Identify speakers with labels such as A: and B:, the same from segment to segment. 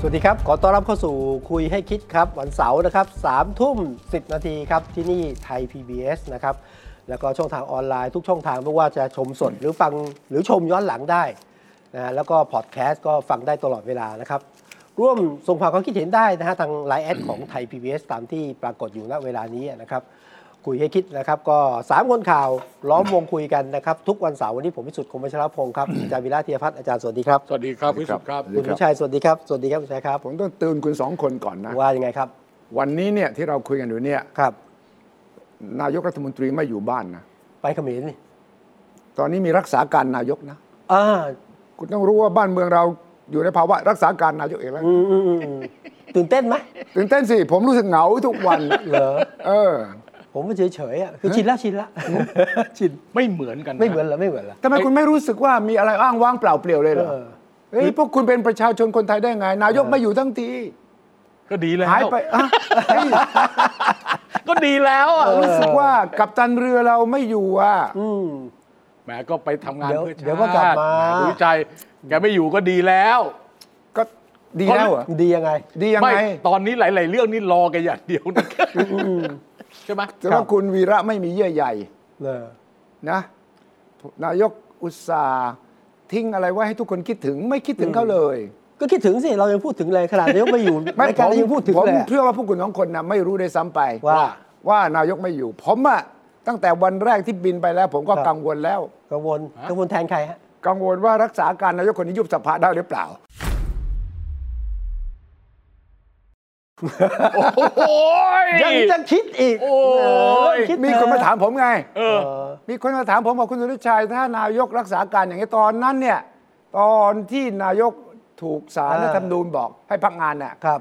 A: สวัสดีครับ ขอต้อนรับเข้าสู่คุยให้คิดครับ วันเสาร์นะครับสามทุ่มสินาทีครับ ที่นี่ไทย PBS นะครับ แล้วก็ช่องทางออนไลน์ทุกช่องทางไม่ว่าจะชมสดหรือฟังหรือชมย้อนหลังได้นะฮะแล้วก็พอดแคสต์ก็ฟังได้ตลอดเวลานะครับ ร่วมส่งความคิดเห็นได้นะฮะทางไลน์แอดของไทย PBS ตามที่ปรากฏอยู่ณเวลานี้นะครับ คุยให้คิดนะครับ ก็ 3 คนข่าวล้อมวงคุยกันนะครับ ทุกวันเสาร์วันนี้ผมพิสุทธิ์คมวัชรพงศ์ครับ อาจารย์วิระเทียพัฒน์อาจารย์สวัสดีครับ
B: สวัสดีครับ
C: สวั
B: วิ
C: สดีค
B: สุ
C: รั
B: ท
C: บ
B: ธ์ครับ
C: สวัสดี
A: คุณวิชัยสวัสดีครับสวัสดีครับคุณวิชัยครับ
C: ผมต้องเตือนคุณสองคนก่อนนะ
A: ว่ายังไงครับ
C: วันนี้เนี่ยที่เราคุยกันอยู่เนี่ย
A: ครับ
C: นายกรัฐมนตรีไม่อยู่บ้านนะ
A: ไปเขมรนี่
C: ตอนนี้มีรักษาการนายกนะ
A: อ่า
C: คุณต้องรู้ว่าบ้านเมืองเราอยู่ในภาวะรักษาการนายกเองแล้ว
A: อืมอืมอืมอืมตื่นเต้นไหม
C: ตื่นเต้นสิ ผมรู้สึกเหงาทุกวันนะ
A: เหรอ
C: เออ
A: ผมว่าเฉยๆอ่ะคือชินละชินละ ชิน
B: ไม่เหมือนกั นะ
A: ไม่เหมือนเหรอไม่เหมือนเหรอ
C: ทำไมคุณไม่รู้สึกว่ามีอะไรอ้างว้างเปล่าเปลี่ยวเลยเหรอ
A: เออ
C: เฮ้ยพวกคุณเป็นประชาชนคนไทยได้ไง นายกไม่อยู่ทั้งที
B: ก็ดีแล้ว
C: หายไปอ่ะเฮ้ย
B: ก็ดีแล้วอ่ะ
C: รู้สึกว่ากัปตันเรือเราไม่อยู่อ่ะ
A: อืม
B: แหมก็ไปทำงาน
A: เดี๋ยว
B: เพื่อ
A: เดี๋ยวก็ก
B: ชาติ
A: ลับมา
B: แหคุณวิจัยแกไม่อยู่ก็ดีแล้ว
C: ก็ดีแล้วเหรอ
A: ดียังไง
C: ดียัง
B: ไม่
C: ไง
B: ตอนนี้หลาย ๆ เรื่องนี่รอแกอย่างเดียวนะใช่ไหม
C: แต่ว่าคุณวีระไม่มีเยื่อใย
A: เออ
C: นะนายกอุตสาห์ทิ้งอะไรไว้ให้ทุกคนคิดถึงไม่คิดถึงเขาเลย
A: ก็คิดถึงสิ เรายังพูดถึงเลยขนาดนายกไม่ อยู่รายการเรายังพูดถึง
C: ผม
A: เลยอะ
C: เชื่อว่าพวกคุณสองคนนะไม่รู้ได้วยซ้ำไป
A: ว่า
C: ว่านายกไม่อยู่ ผมอะตั้งแต่วันแรกที่บินไปแล้ว ผมก็
A: ครับ
C: กังวลแล้ว
A: กังวลกังวลแทนใครฮะ
C: กังวลว่ารักษาการนายกคนนี้ยุบสภาได้หรือเปล่า
B: โอ้ย
A: ยังจะคิดอีก
B: โอ้ย
A: เเริ่คิด
C: มีคนมาถามผมไง
B: เอ
A: เอ
B: อ
A: อ
C: มีคนมาถามผมบอกคุณสุริชัยถ้านายกรักษาการอย่างนี้ตอนนั้นเนี่ยตอนที่นายกถูกสาร
A: อ่า
C: รัฐธรรมนูญบอกให้พักงานน่ะ
A: ครับ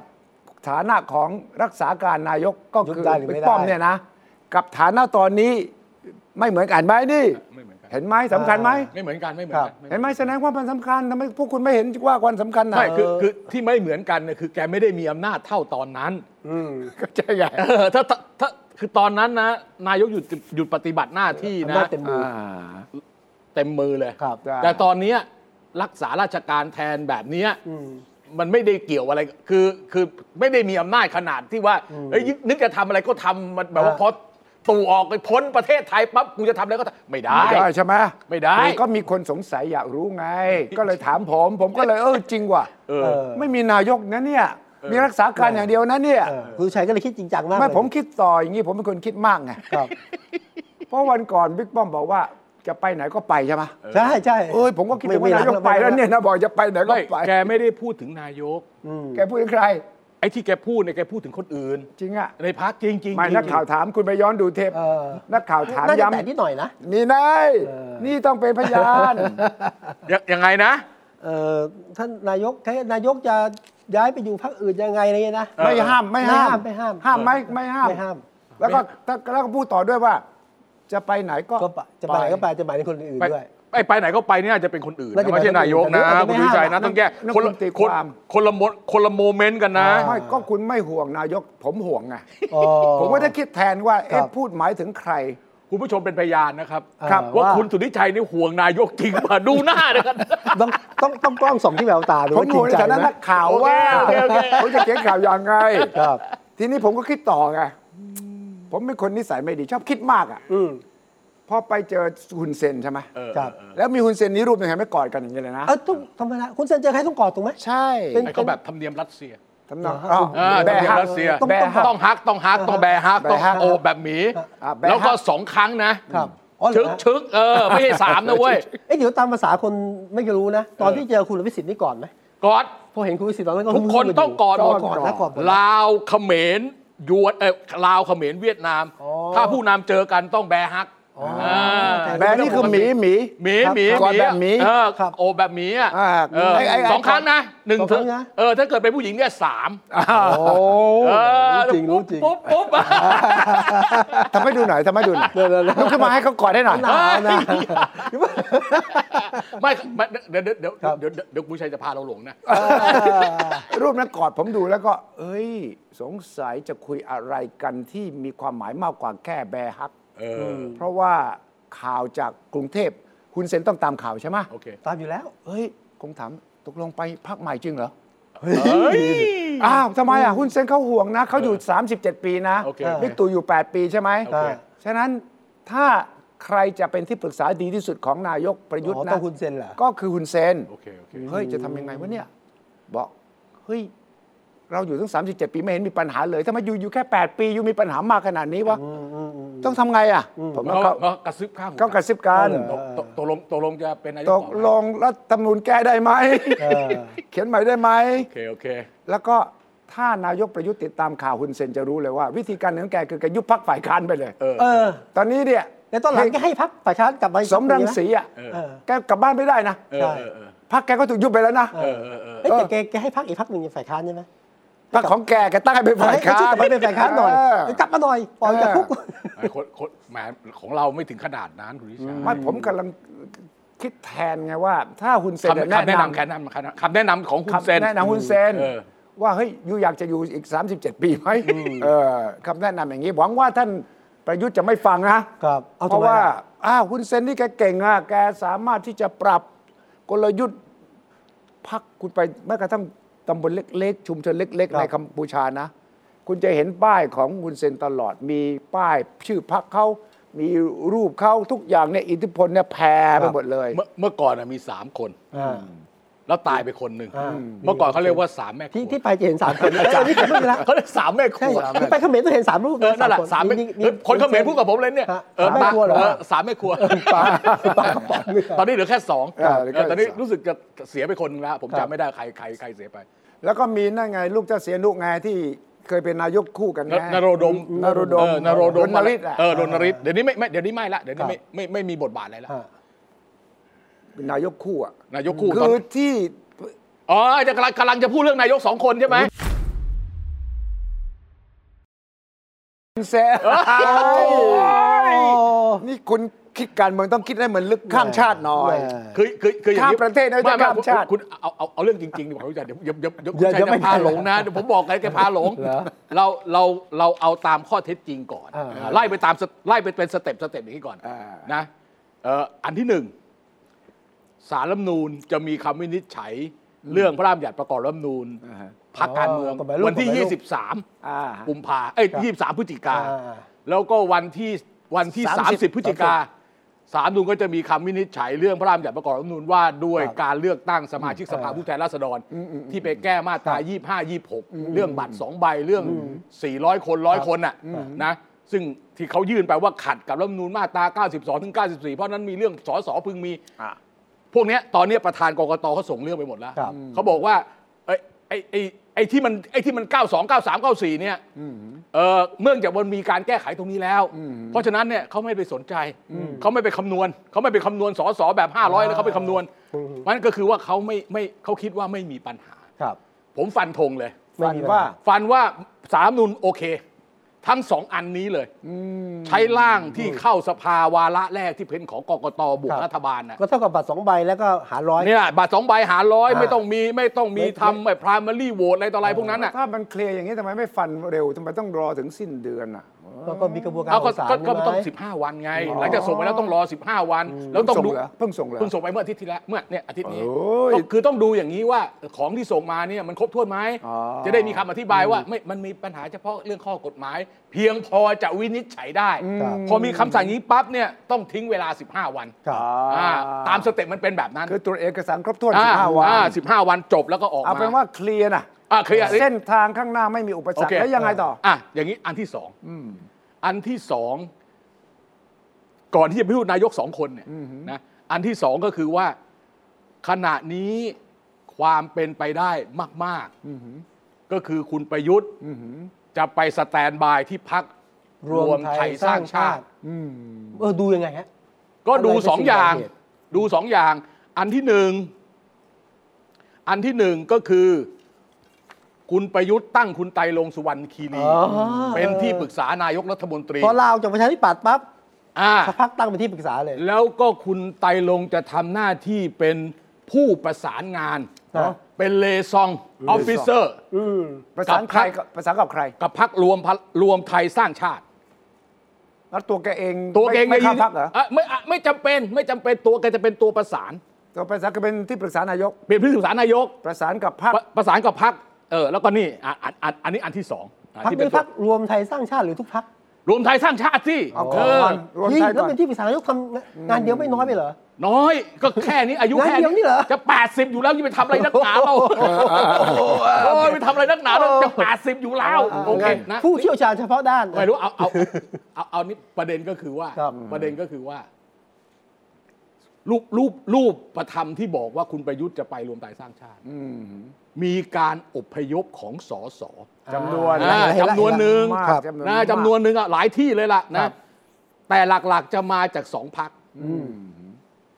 C: ฐานะของรักษาการนายกก็
A: ยุบ
C: คือ
A: ได้หรือไม่
C: บิ๊ก
A: ได้
C: ป้อมเนี่ยนะ กับฐานะตอนนี้ไม่เหมือนกันไหมนี่
B: ไม่เหมือนกัน
C: เห็นไหมสำคัญไหม
B: ไม่เหมือนกันไม่เหมือน
A: ครั
B: กับ น
C: เห็นไหมแสดงว่ามันสำคัญทำไมพวกคุณไม่เห็นว่าวันสำคัญนะ
B: ไม่คือคือที่ไม่เหมือนกันเนี่ยคือแกไม่ได้มีอำนาจเท่าตอนนั้น
A: อืม
C: ก็ใช่ไง
B: เออถ้าถ้าถ้าคือตอนนั้นนะ นายกหยุดหยุดปฏิบัติหน้าที่
A: อำ
B: นะ
A: นาจเต็มมือ
C: อ่า
B: เต็มมือเลย
A: ครับ
B: แต่ตอนเนี้ยรักษาราชการแทนแบบเนี้ย
A: อืม
B: มันไม่ได้เกี่ยวอะไร คือ คือไม่ได้มีอำนาจขนาดที่ว่าเอ้ยนึกจะทำอะไรก็ทำมันแบบว่า
A: อ่า
B: พอตู่ออกไปพ้นประเทศไทยปั๊บกูจะทำอะไรก็ทำไม่ได้
C: ไม่ได้ใช่ไหม
B: ไม่ได้
C: คือก็มีคนสงสัยอยากรู้ ไง ก็เลยถามผม ผมก็เลยเออจริงว่ะ
B: เอ
A: เอ
B: อ
A: อ
C: ไม่มีนายกนะเนี่ยมีรักษาการอย่างเดียวนะเนี่ย
A: เออคุณชัยก็เลยคิดจริงจังมาก
C: ไม่
A: เลย
C: ผมคิดต่ออย่างนี้ผมเป็นคนคิดมากไง
A: ครับ
C: เพราะวันก่อนบิ๊กป้อมบอกว่าจะไปไหนก็ไปใช่ไหม
A: ใช่ใช่
C: เอ้ยผมก็คิดถึงว่า
A: ม่
C: นายกไปแล้วเนี่ยนะบอกจะไปไหนก็
B: ไม่
C: ไป
B: แกไม่ได้พูดถึงนายก
A: อืม
C: แกพูดถึงใคร
B: ไอ้ที่แกพูดเนี่ยแกพูดถึงคนอื่น
C: จริงอ่ะ
B: ในพักจริงๆจริง
C: ไม่นักข่าวถามคุณไปย้อนดูเทป
A: เออ
C: นักข่าวถาม
A: น่าจะ
C: ย้
A: แตะนิดหน่อยนะ
C: ำนี่นาย
A: เออ
C: นี่ต้องเป็นพยาน
B: ยังยังไงนะ
A: เอ่อท่านนายกแค่นายกจะย้ายไปอยู่พรรคอื่นยังไงอะไรเงี้ยนะ
B: เออ
C: ไม่ห้ามไม่ห้าม
A: ไม่ห้าม
C: ห้ามไหมไม่ห้าม
A: ไม่ห้าม
C: แล้วก็ถ้าแล้วก็พูดต่อด้วยว่า จะไปไหนก็
A: ก็ไปจะไปไหนก็ไปจะหมายถึงคนอื่น
B: ไป
A: ด้วย
B: ไปไปไหนก็ไปเนี่ยจะเป็นคนอื่น
A: น่า
B: นะ
A: จะ
B: ไม่ใช่นายกนะ
A: นายก
B: คุณวิชัยนะ
A: ไม่ห้าม
B: ต้องแก้
C: นั่น
B: คน
C: คุ
B: ละ
C: ณตี
B: ค
C: คน วาม
B: คนละโมคนละโมเมนต์กันนะ
C: ไม่ก็คุณไม่ห่วงนายก ผมห่วงไง
A: อ๋อ
C: ผมก็ได้คิดแทนว่า
A: ค
C: เอ๊ะ
A: รับ
C: พูดหมายถึงใคร
B: คุณผู้ชมเป็นพยานนะครับ
C: ครับ
A: เออ
B: ว่าคุณสุทธิชัยนี่ห่วงนายกจริงป่ะดูหน้าเลยกัน
A: ต้องต้องต้องกล้องส่องที่แววตาดู
C: ผม
A: ว่าจริง
C: ห่วงใน
A: ใจ
C: ฐานะ
A: ไหม
C: นักข่าว
B: โอเค
C: ว่า
B: โอเคโอเค
C: ผมจะเขียนข่าวยังไง
A: ครับ
C: ทีนี้ผมก็คิดต่อไง ผมเป็นคนนิสัยไม่ดีชอบคิดมากอ่ะ
A: อืม
C: พอไปเจอฮุนเซนใช่ไหม
B: เออ
A: ครับ
C: แล้วมีฮุนเซนนี้รูปหนึ่งเห็นไหม่กอดกันอย่างนี้เลยนะ
A: เออทุกธรรมดาคุณเซนเจอใครต้องกอดถูกไหม
C: ใช่
A: เป็น
B: ไอ้เขาแบบธรรมเนียมรัสเซีย
C: ทำนอ
A: เห
C: ง
A: รอฮะ
C: อ้าว
B: เออ
C: แบ
B: ธรรมเนียม
C: ฮัก
B: รัสเซีย
A: ต้อง
B: แบร์ฮัก
A: ต้
B: ต้
A: อ
B: อง งฮักต้องฮักต้องแบร์ฮัก
C: แบร์
B: ต้อง
C: ฮัก
B: โอบแบบหมี
C: อ่ะแบร์ฮัก
B: แล้วก็สองครั้งนะครับ
A: อ๋อเหร
B: ชึ
A: อก ฮะ
B: ชึกเออ ไม่ใช่สามนะเว้ย
A: เอ้ยเดี๋ยวตามภาษาคนไม่รู้นะ ตอนที่เจอคุณวิสิทธิ์นี่ก่อนไหม
B: กอด
A: พอเห็นคุณวิสิทธิ์ตอนนั้นก็
B: ทุกคนต้องกอดหมด
A: กอดนะกอดหมด
B: ลาวเขมรยวนเออลาวเขมรเวียดนาม
A: อ๋อ
B: ถ้าผู้นำเจอกันต้องแบร์ฮัก
A: อ๋
B: อ่า
C: แบรนด์นี่คือหมีหมี
B: หมีหมี
C: ครับกอดแบบหมี
B: เออ
A: ครับ
B: โอบแบบหมีอ่ะ
C: อ่า
B: เออ
C: ไอ้ไอ้ไอ้
B: สองครั้งนะหนึ่ง
A: สองครั้งนะ
B: เออถ้าเกิดเป็นผู้หญิงเนี่ยสาม
A: โอ้
B: เออ
A: รู้จริงรู้จริง
B: ปุ๊บปุ๊บปุ๊บ
C: ทำให้ดูหน่อยทำให้ดูหน่อย
A: เดี๋ยวเดี๋ยวเดี๋ยว
C: ลุกขึ้นมาให้เขากอดได้หน่อย
A: หนาวนะ
B: ไม่ไม่เดี๋ยวเดี๋ยวเดี๋ยว
A: ครับ
B: เดี๋ยวเดี๋ยวคุณชัยจะพาเราหลงนะ
C: รูปนั้นกอดผมดูแล้วก็ เอ้ย สงสัยจะคุยอะไรกันที่มีความหมายมากกว่าแค่แบร์ฮัก
B: เออ
C: เพราะว่าข่าวจากกรุงเทพคุณเซนต้องตามข่าวใช่ไหม
B: โอเค
A: ตามอยู่แล้ว
C: เอ้ย คงถามตกลงไปพักใหม่จริงเหรอ
B: เฮ้ย
C: อ้าวทำไมอ่ะคุณเซนเขาห่วงนะ เขาอยู่ 37 ปีนะ
B: โอเค
C: บิ๊กตู่อยู่ 8 ปีใช่ไหม
B: โอเค
C: ฉะนั้นถ้าใครจะเป็นที่ปรึกษาดีที่สุดของนายกประยุทธ์
A: อ๋อ
C: นะ
A: ต้องคุณเซนเหรอ
C: ก็คือคุณเซน
B: โอเคโอเค
C: เฮ้ย จะทำยังไงวะเนี่ย บอก เฮ้ย เราอยู่ตั้ง 37 ปีไม่เห็นมีปัญหาเลยทำไมอยู่อยู่แค่ 8 ปีอยู่มีปัญหามากขนาดนี้วะ ต้องทำไงอ่ะ ผมก็
B: เขา
C: เข้า
B: เขากระซิบข้างหู
C: ก็กระซิบกัน
B: ตกตกตกลงตกลงจะเป็นนายก
C: ต
B: ต่อก ไหม
C: ลงรัฐธรรมนูญแก้ได้ไหม
A: เออ
C: เขียนใหม่ได้ไหม
B: โอเค โอเค
C: แล้วก็ถ้านายกประยุทธ์ติดตามข่าวคุณเซนจะรู้เลยว่า วิธีการของแกคือแการยุบพักฝ่ายค้านไปเลย
B: เออ
A: เออ
C: ตอนนี้เนี่ย
A: ในตอนหลังก็ให้พักฝ่ายค้านกลับมาอีก
C: สมรังสีอ่ะ
B: เออ
A: เออ
C: แกกลับบ้านไม่ได้นะ
B: เออ
A: ใช่
B: เออ เออ
C: พักแกก็ถูกยุบไปแล้วนะ
B: เออ เออ เออ
A: เอ้ยแต่แกแกให้พักอีกพักหนึ่งเป็นฝ่ายค้านใช่ไหม
C: พักของแกแกตั้งให้เป็นฝ่ายค้า
A: เอให้ช่วยก
C: น
A: ลับมาเป็นฝ่ายค้านหน่อยเอ้ยกลับมาหน่อยปล่อยจากคุก
B: ไอ้คนคนแหมของเราไม่ถึงขนาดนั้นคุณวิชา
C: ไม่ผมกำลังคิดแทนไงว่า ถ้าคุณเซน
B: คำคำแนะนำแค่นั้นคำแนะนำของคุณ
C: คำ
B: เซน
C: แนะนำคุณเซน
B: เออ
C: ว่าเฮ้ยอยู่อยากจะอยู่อีก 37 ปีไหมเออคำแนะนำอย่างนี้หวังว่าท่านประยุทธ์จะไม่ฟังนะครับ
A: เอา
C: เพ
A: ทำ
C: ราะ
A: ไมล่ะ
C: ว่าอ้าวคุณเซนนี่แกเก่งอ่ะแกสามารถที่จะปรับกลยุทธ์พักคุณไปแม้กระทั่งตำบลเล็กๆ ชุมชนเล็ก ๆ ในกัมพูชานะ คุณจะเห็นป้ายของคุณเซนตลอด มีป้ายชื่อพักเขามีรูปเขาทุกอย่างเนี่ยอิทธิพลเนี่ยแผ่ไปหมดเลย
B: เมื่อเมื่อก่อนน่ะมีสามคน
A: อ่า
B: แล้วตายไปคนหนึ่ง
A: อ่า
B: เมื่อก่อนเขาเรียกว่าสามแม่ครั
A: ที่
B: ว
A: ที่ไปจะเห็นสามคนเอออันนี้คือไม่มีละ
B: เขาเรียกสามแม่ค
A: ใช่
B: รัว
A: ที่ไปเขมรต้องเห็นสามรูป
B: เออนั่นแหละ
A: ค
B: สามแม่เฮ้ยคนเขมรพูดกับผมเลยเนี่ย
A: ฮะ
B: เออ
A: สามแม่ครัวเหรอ
B: เออสามแม่ครัว
A: ปลาปลากระป๋องเนี่ย
B: ตอนนี้เหลือแค่สอง
C: เออเหลือแค่
B: เออตอนนี้
C: สอง
B: รู้สึกจะเสียไปคนหนึงแล้วผม
A: ครับ
B: จำไม่ได้ใครใครใครเสียไป
C: แล้วก็มีนั่นไง ลูกเจ้าเสียนุไงที่เคยเป็นนายกคู่กันไง
B: นรดม
C: นรดม
B: เออนโรดม
C: นริศอะ
B: เออรณฤทธิ์เดี๋ยวนี้ไม่ไม่เดี๋ยวนี้ไม่ละเดี๋ยวนี้ไม่ไม่ไม่ไม่มีบทบาทอะไรละ
A: อ่ะ
C: นายกคู่อะ
B: นายกคู่ตอน
C: คือที่
B: อ๋อจะกำลังกำลังจะพูดเรื่องนายกสองคนใช่ไหม
C: เซนนี่คุณคิดการเมืองต้องคิดให้เหมือนลึกข้ามชาติหน่อย
B: คือคือคืออย่างนี้
C: ข้ามประเทศนะ
B: ไม่ไม่
C: ข้ามชาติ
B: คุณคุณเอาเอาเอาเรื่องจริงๆดีกว่าคุณจะเดี๋ยวเดี๋ยวเดี๋ยวเดี๋ยว
A: อย่าอย่า
B: คุณชัย
A: ไป
B: จะพาหลงนะเดี๋ยวผมบอกไงแกพาหลง
A: เหรอ
B: เราเราเราเอาตามข้อเท็จจริงก่อน
A: อ่า
B: ไล่ไปตามสไล่ไปเป็นสเต็ปสเต็ปอย่างนี้ก่อน
C: อ่า
B: นะเอ่ออันที่หนึ่งสารรัฐธรรมนูญจะมีคำวินิจฉัยเรื่องพระราชบัญญัติประกอบรัฐธรรมนูญ พักการเมือง
A: อ๋อกฎหมายลูก
B: วันที่
A: กฎหมายลูก
C: อ่า
B: 23 กุมภาเอ้ย23 พฤศจิกา
A: อ่า
B: แล้วก็วันที่วันที่
C: 30
B: 30 พฤศจิกาสามนูนก็จะมีคำวินิจฉัยเรื่องพระราชบัญญัติประกอบรัฐธรรมนูญว่าด้วยการเลือกตั้งสมาชิกสภาผู้แทนราษฎร ที่ไปแก้มาตรา 25 26 เรื่องบัตร 2 ใบเรื่อง 400 คนร้อยคนน่ะนะซึ่งที่เขายื่นไปว่าขัดกับรัฐธรรมนูญมาตรา 92ถึง94 เพราะนั้นมีเรื่องสสพึงมี พวกเนี้ยตอนเนี้ยประธานกกตเขาส่งเรื่องไปหมดแล้ว
A: ครับ
B: เขาบอกว่าเอ้ยไอ้ไอ้ไอ้ที่มันไอ้ที่มัน 92 93 94 เนี่ยเออเมื่องจากมันมีการแก้ไขตรงนี้แล้ว เพราะฉะนั้นเนี่ยเขาไม่ไปสนใจ เขาไม่ไปคำนวณ เขาไม่ไปคำนวณสอสอแบบ 500แล้วเขาไปคำนวณมันก็คือว่าเขาไม่ไม่เขาคิดว่าไม่มีปัญหา
A: ครับ
B: ผมฟันธงเลย
A: ไม่
C: ฝัน
A: มีปัญห
C: ว่า
B: ฟันว่าสามนุนโอเค ทั้งสองอันนี้เลยใช้ร่างที่เข้าสภาวาระแรกที่เป็นของกกตบว
A: ค
B: ก
A: รับ
B: รัฐบาลนะ
A: ก็เท่ากับบัตรสองใบแล้วก็หาร้อย
B: เนี่ยบัตรสองใบหาร้อย
A: อ่า
B: ไม่ต้องมีไม่ต้องมี
A: ไม่
B: ทำไม่พรามารีโหวตอะไรต่ออะไรพวกนั้นอ่ะ
C: ถ้ามันเคลียร์อย่างนี้ทำไมไม่ฟันเร็วทำไมต้องรอถึงสิ้นเดือนอ่ะ
A: แล้วก็มีกระบวนการ
B: เอา
A: ข
B: ก็
A: องศาล
B: ก็ก็
A: ใช่ไหม
B: ต้อง 15 วันไง หลังจากส่งไปแล้วต้องรอ 15 วัน แล้วต้อง
C: ส่ง
B: ดู
C: เหรอเพิ่งส่งเหรอ
B: เพิ่งส่งไปเมื่ออาทิตย์ที่แล้วเมื่อเนี่ยอาทิตย์นี้
C: โอ้ย
B: ก็คือต้องดูอย่างนี้ว่าของที่ส่งมาเนี่ยมันครบถ้วนไหม
C: อ๋อ
B: จะได้มีคำอธิบายว่าไม่มันมีปัญหาเฉพาะเรื่องข้อกฎหมาย เพียงพอจะวินิจฉัยได้
A: ครับ
B: พอมีคำสั่งอย่างนี้ปั๊บเนี่ยต้องทิ้งเวลา 15 วัน
A: ครับ
B: อ่าตามสเต็ปมันเป็นแบบนั้น
C: คือตรวจเอกสารครบถ้วน
B: อ่
C: 15วัน
B: อ่15 วันจบแล้วก็ออกมา
C: เอาเป็นว่าเคลียร์นะ
B: อ่าเคลียร์
C: เส้นทางข้างหน้าไม่มีอุปสรร
B: โอ
C: ค
B: เค
C: แล้วยังไงต่อ
B: อ่ะอย่างนี้อันที่สองอันที่สองก่อนที่จะพิจารณายกสองคนเนี่ยนะอันที่สองก็คือว่าขณะนี้ความเป็นไปได้มาก ๆ ก็คือคุณประยุทธ์จะไปสแตนบายที่พัก
A: รวมไทยสร้างชาติ
C: อืม
A: เออดูยังไงฮะ
B: ก็ดู
A: อะไรเป็น
B: สอง
A: สิ่ง
B: อย่าง
A: ก่อเหตุ
B: ดูสองอย่าง อันที่หนึ่งอันที่หนึ่งก็คือ คุณประยุทธ์ตั้งคุณไตรรงค์สุวรรณคีรี
A: อ๋อ
B: เป็นที่ปรึกษานายกรัฐมนตรี
A: พอลาออกจากประชาธิปัตย์ปั๊บ
B: อ่า
A: สักพักตั้งเป็นที่ปรึกษาเลย
B: แล้วก็คุณไตรรงค์จะทำหน้าที่เป็นผู้ประสานงาน
A: อ่ะ
B: เป็นเลซองออฟฟิเซอร์
A: อืม
C: ประสานใครกับประสานกับใคร
B: กับพักรวมพลังรวมไทยสร้างชาติ
C: แล้วตัวแกเอง
B: ตัวแกเอง
C: ไม่ไม่
B: ยืน
C: เข้าพักเหรอ
B: อ่ะไม่อ่ะไม่จำเป็นไม่จำเป็นตัวแกจะเป็นตัวประสาน
C: ตัวประสานก็เป็นที่ปรึกษานายก
B: เป็นผู้ปรึกษานายก
C: ประสานกับพรรค
B: ประประสานกับพักเออแล้วก็นี่อ่ะอันอันอันนี้อันที่สองอ่ะ
A: พัก
B: ที่เป็
A: นี้
B: นตัว
A: พักรวมไทยสร้างชาติหรือทุกพัก
B: รวมไทยสร้างชาติสิ
C: เอาข
B: เอ
C: อง
B: อ
C: ก่อนรวม
A: เฮ้ย
C: ไทย
A: แล้
C: ก่
A: ว
C: อน
A: เป็นที่ปรึกษานายกทำงานเดียวไม่น้อยไปเหรอ
B: น้อยก็แค่นี้อายุ
A: งาน
B: แค่
A: เดียวนี่เหรอ
B: จะ 80 อยู่แล้วยังไปทำอะไรนักหนาเราโอ้ยไปทำอะไรนักหนาเราจะ 80 อยู่แล้วโอเคนะ
A: ผู้เชี่ยวชาญเฉพาะด้าน
B: ไม่รู้เอาเอาเอาเอานี่ประเด็นก็คือว่า
A: ครับ
B: ประเด็นก็คือว่า รูปรูปรูปประธรรมที่บอกว่าคุณประยุทธ์จะไปรวมไทยสร้างชาติ
C: อืม
B: มีการอบพยพของสส
C: จำนวน
B: อ่า
A: เห็ละ
B: จำนวนหนึ่ง
C: มาก
A: ครับ
C: มา
B: นะ
C: ก
B: จำนวนหนึ่งอะหลายที่เลยล่ะ
C: ครั
B: นะ
C: บ
B: แต่หลักๆจะมาจากสองพัก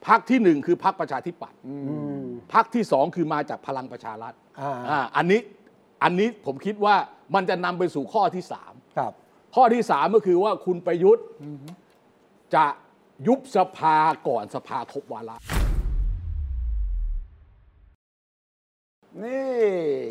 B: พักที่หนึ่งคือพักประชาธิปัตย์
A: อืม
B: พักที่สองคือมาจากพลังประชารัฐ
A: อ่า
B: อ่าอันนี้อันนี้ผมคิดว่ามันจะนำไปสู่ข้อที่สาม
A: ครับ
B: ข้อที่สามก็คือว่าคุณประยุทธ์จะยุบสภาก่อนสภาครบวาระ
C: นี่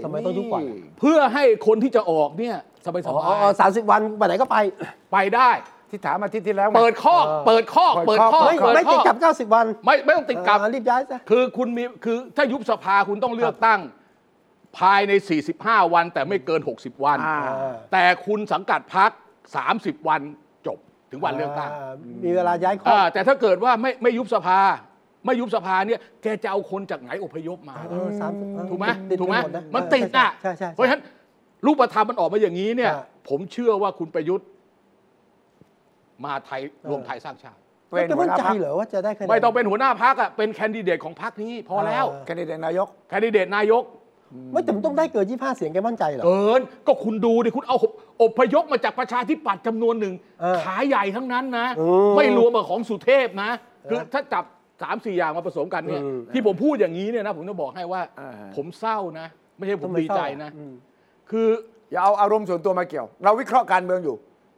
A: ทำไมต้องยุบก่อนอะ
B: เพื่อให้คนที่จะออกเนี่ยสบาย
A: อ๋อสามสิบวันไปไหนก็ไป
B: ๆไปได้
C: ที่ถามอาทิตย์ที่แล้วไง
B: เปิดข้อก
A: เออ
B: เปิดข้อก
C: เปิ
B: เปิ
C: ด
B: ด
C: ข้
B: ข้
C: อ
B: อ
A: ไม่
B: เปิด
A: ไม่
B: ข้
A: ติด
B: อ
A: กับ 90 วัน
B: ไม่ไม่ต้องติดกับ
A: อ่ารีบย้ายซะ
B: คือคุณมีคือถ้ายุบสภาคุณต้องเลือกตั้งภายใน 45 วัน แต่ไม่เกิน 60 วัน
C: อ่า
B: แต่คุณสังกัดพัก 30 วันจบถึงวันเลือกตั้ง
A: ามีเวลาย้ายข้อ
B: อ่าแต่ถ้าเกิดว่าไม่ไม่ยุบสภา ไม่ยุบสภาเนี่ยแกจะเอาคนจากไหนอพยพมา
A: เออสามสิบเออ
B: ถูกไหม
A: ติด
B: ถูกไหม
A: ดะ
B: มันติดอ่ะ
A: ใช่ใช่ใช่
B: เพราะฉะนั้นรูปธรรมมันออกมาอย่างนี้เนี่ย
A: ใช่
B: ผมเชื่อว่าคุณประยุทธ์ มาไทยรวมไทยสร้างชาติ
C: เป็
A: แล้ว
C: น
A: จะมั่น
C: หัวหน้า
A: ใจ
C: พรรค
A: เหรอว่าจะได้คะแนน
B: ไม่ต้องเป็นหัวหน้าพักอ่ะเป็นแคนดิเดตของพักนี้พอแล้ว
A: อ่า
C: แคนดิเดตนายก
B: แคนดิเดตนายก
A: ไม่แต่มันต้องได้เกิน 25 เสียงแกมั่นใจเหรอ
B: เกินก็คุณดูดิคุณเอาอบอบพยพมาจากประชาธิปัตย์จำนวนหนึ่ง
A: เออ
B: ขายใหญ่ทั้งนั้นนะ
A: อืม
B: ไม่รวมกับของสุเทพนะ คือถ้าจับสามสี่อย่างมาผสมกันเนี่ย
A: อืม
B: ที่ผมพูดอย่างนี้เนี่ยนะผมจะบอกให้ว่า
C: อ่าฮะ
B: ผมเศร้านะ ไม่ใช่ผ
A: ทำ
B: ม
A: ไม
B: ดีใจนะ
A: เศร้าอ่อืม
B: คือ
C: อย่าเอาอารมณ์ส่วนตัวมาเกี่ยว เราวิเคราะห์การเมืองอยู่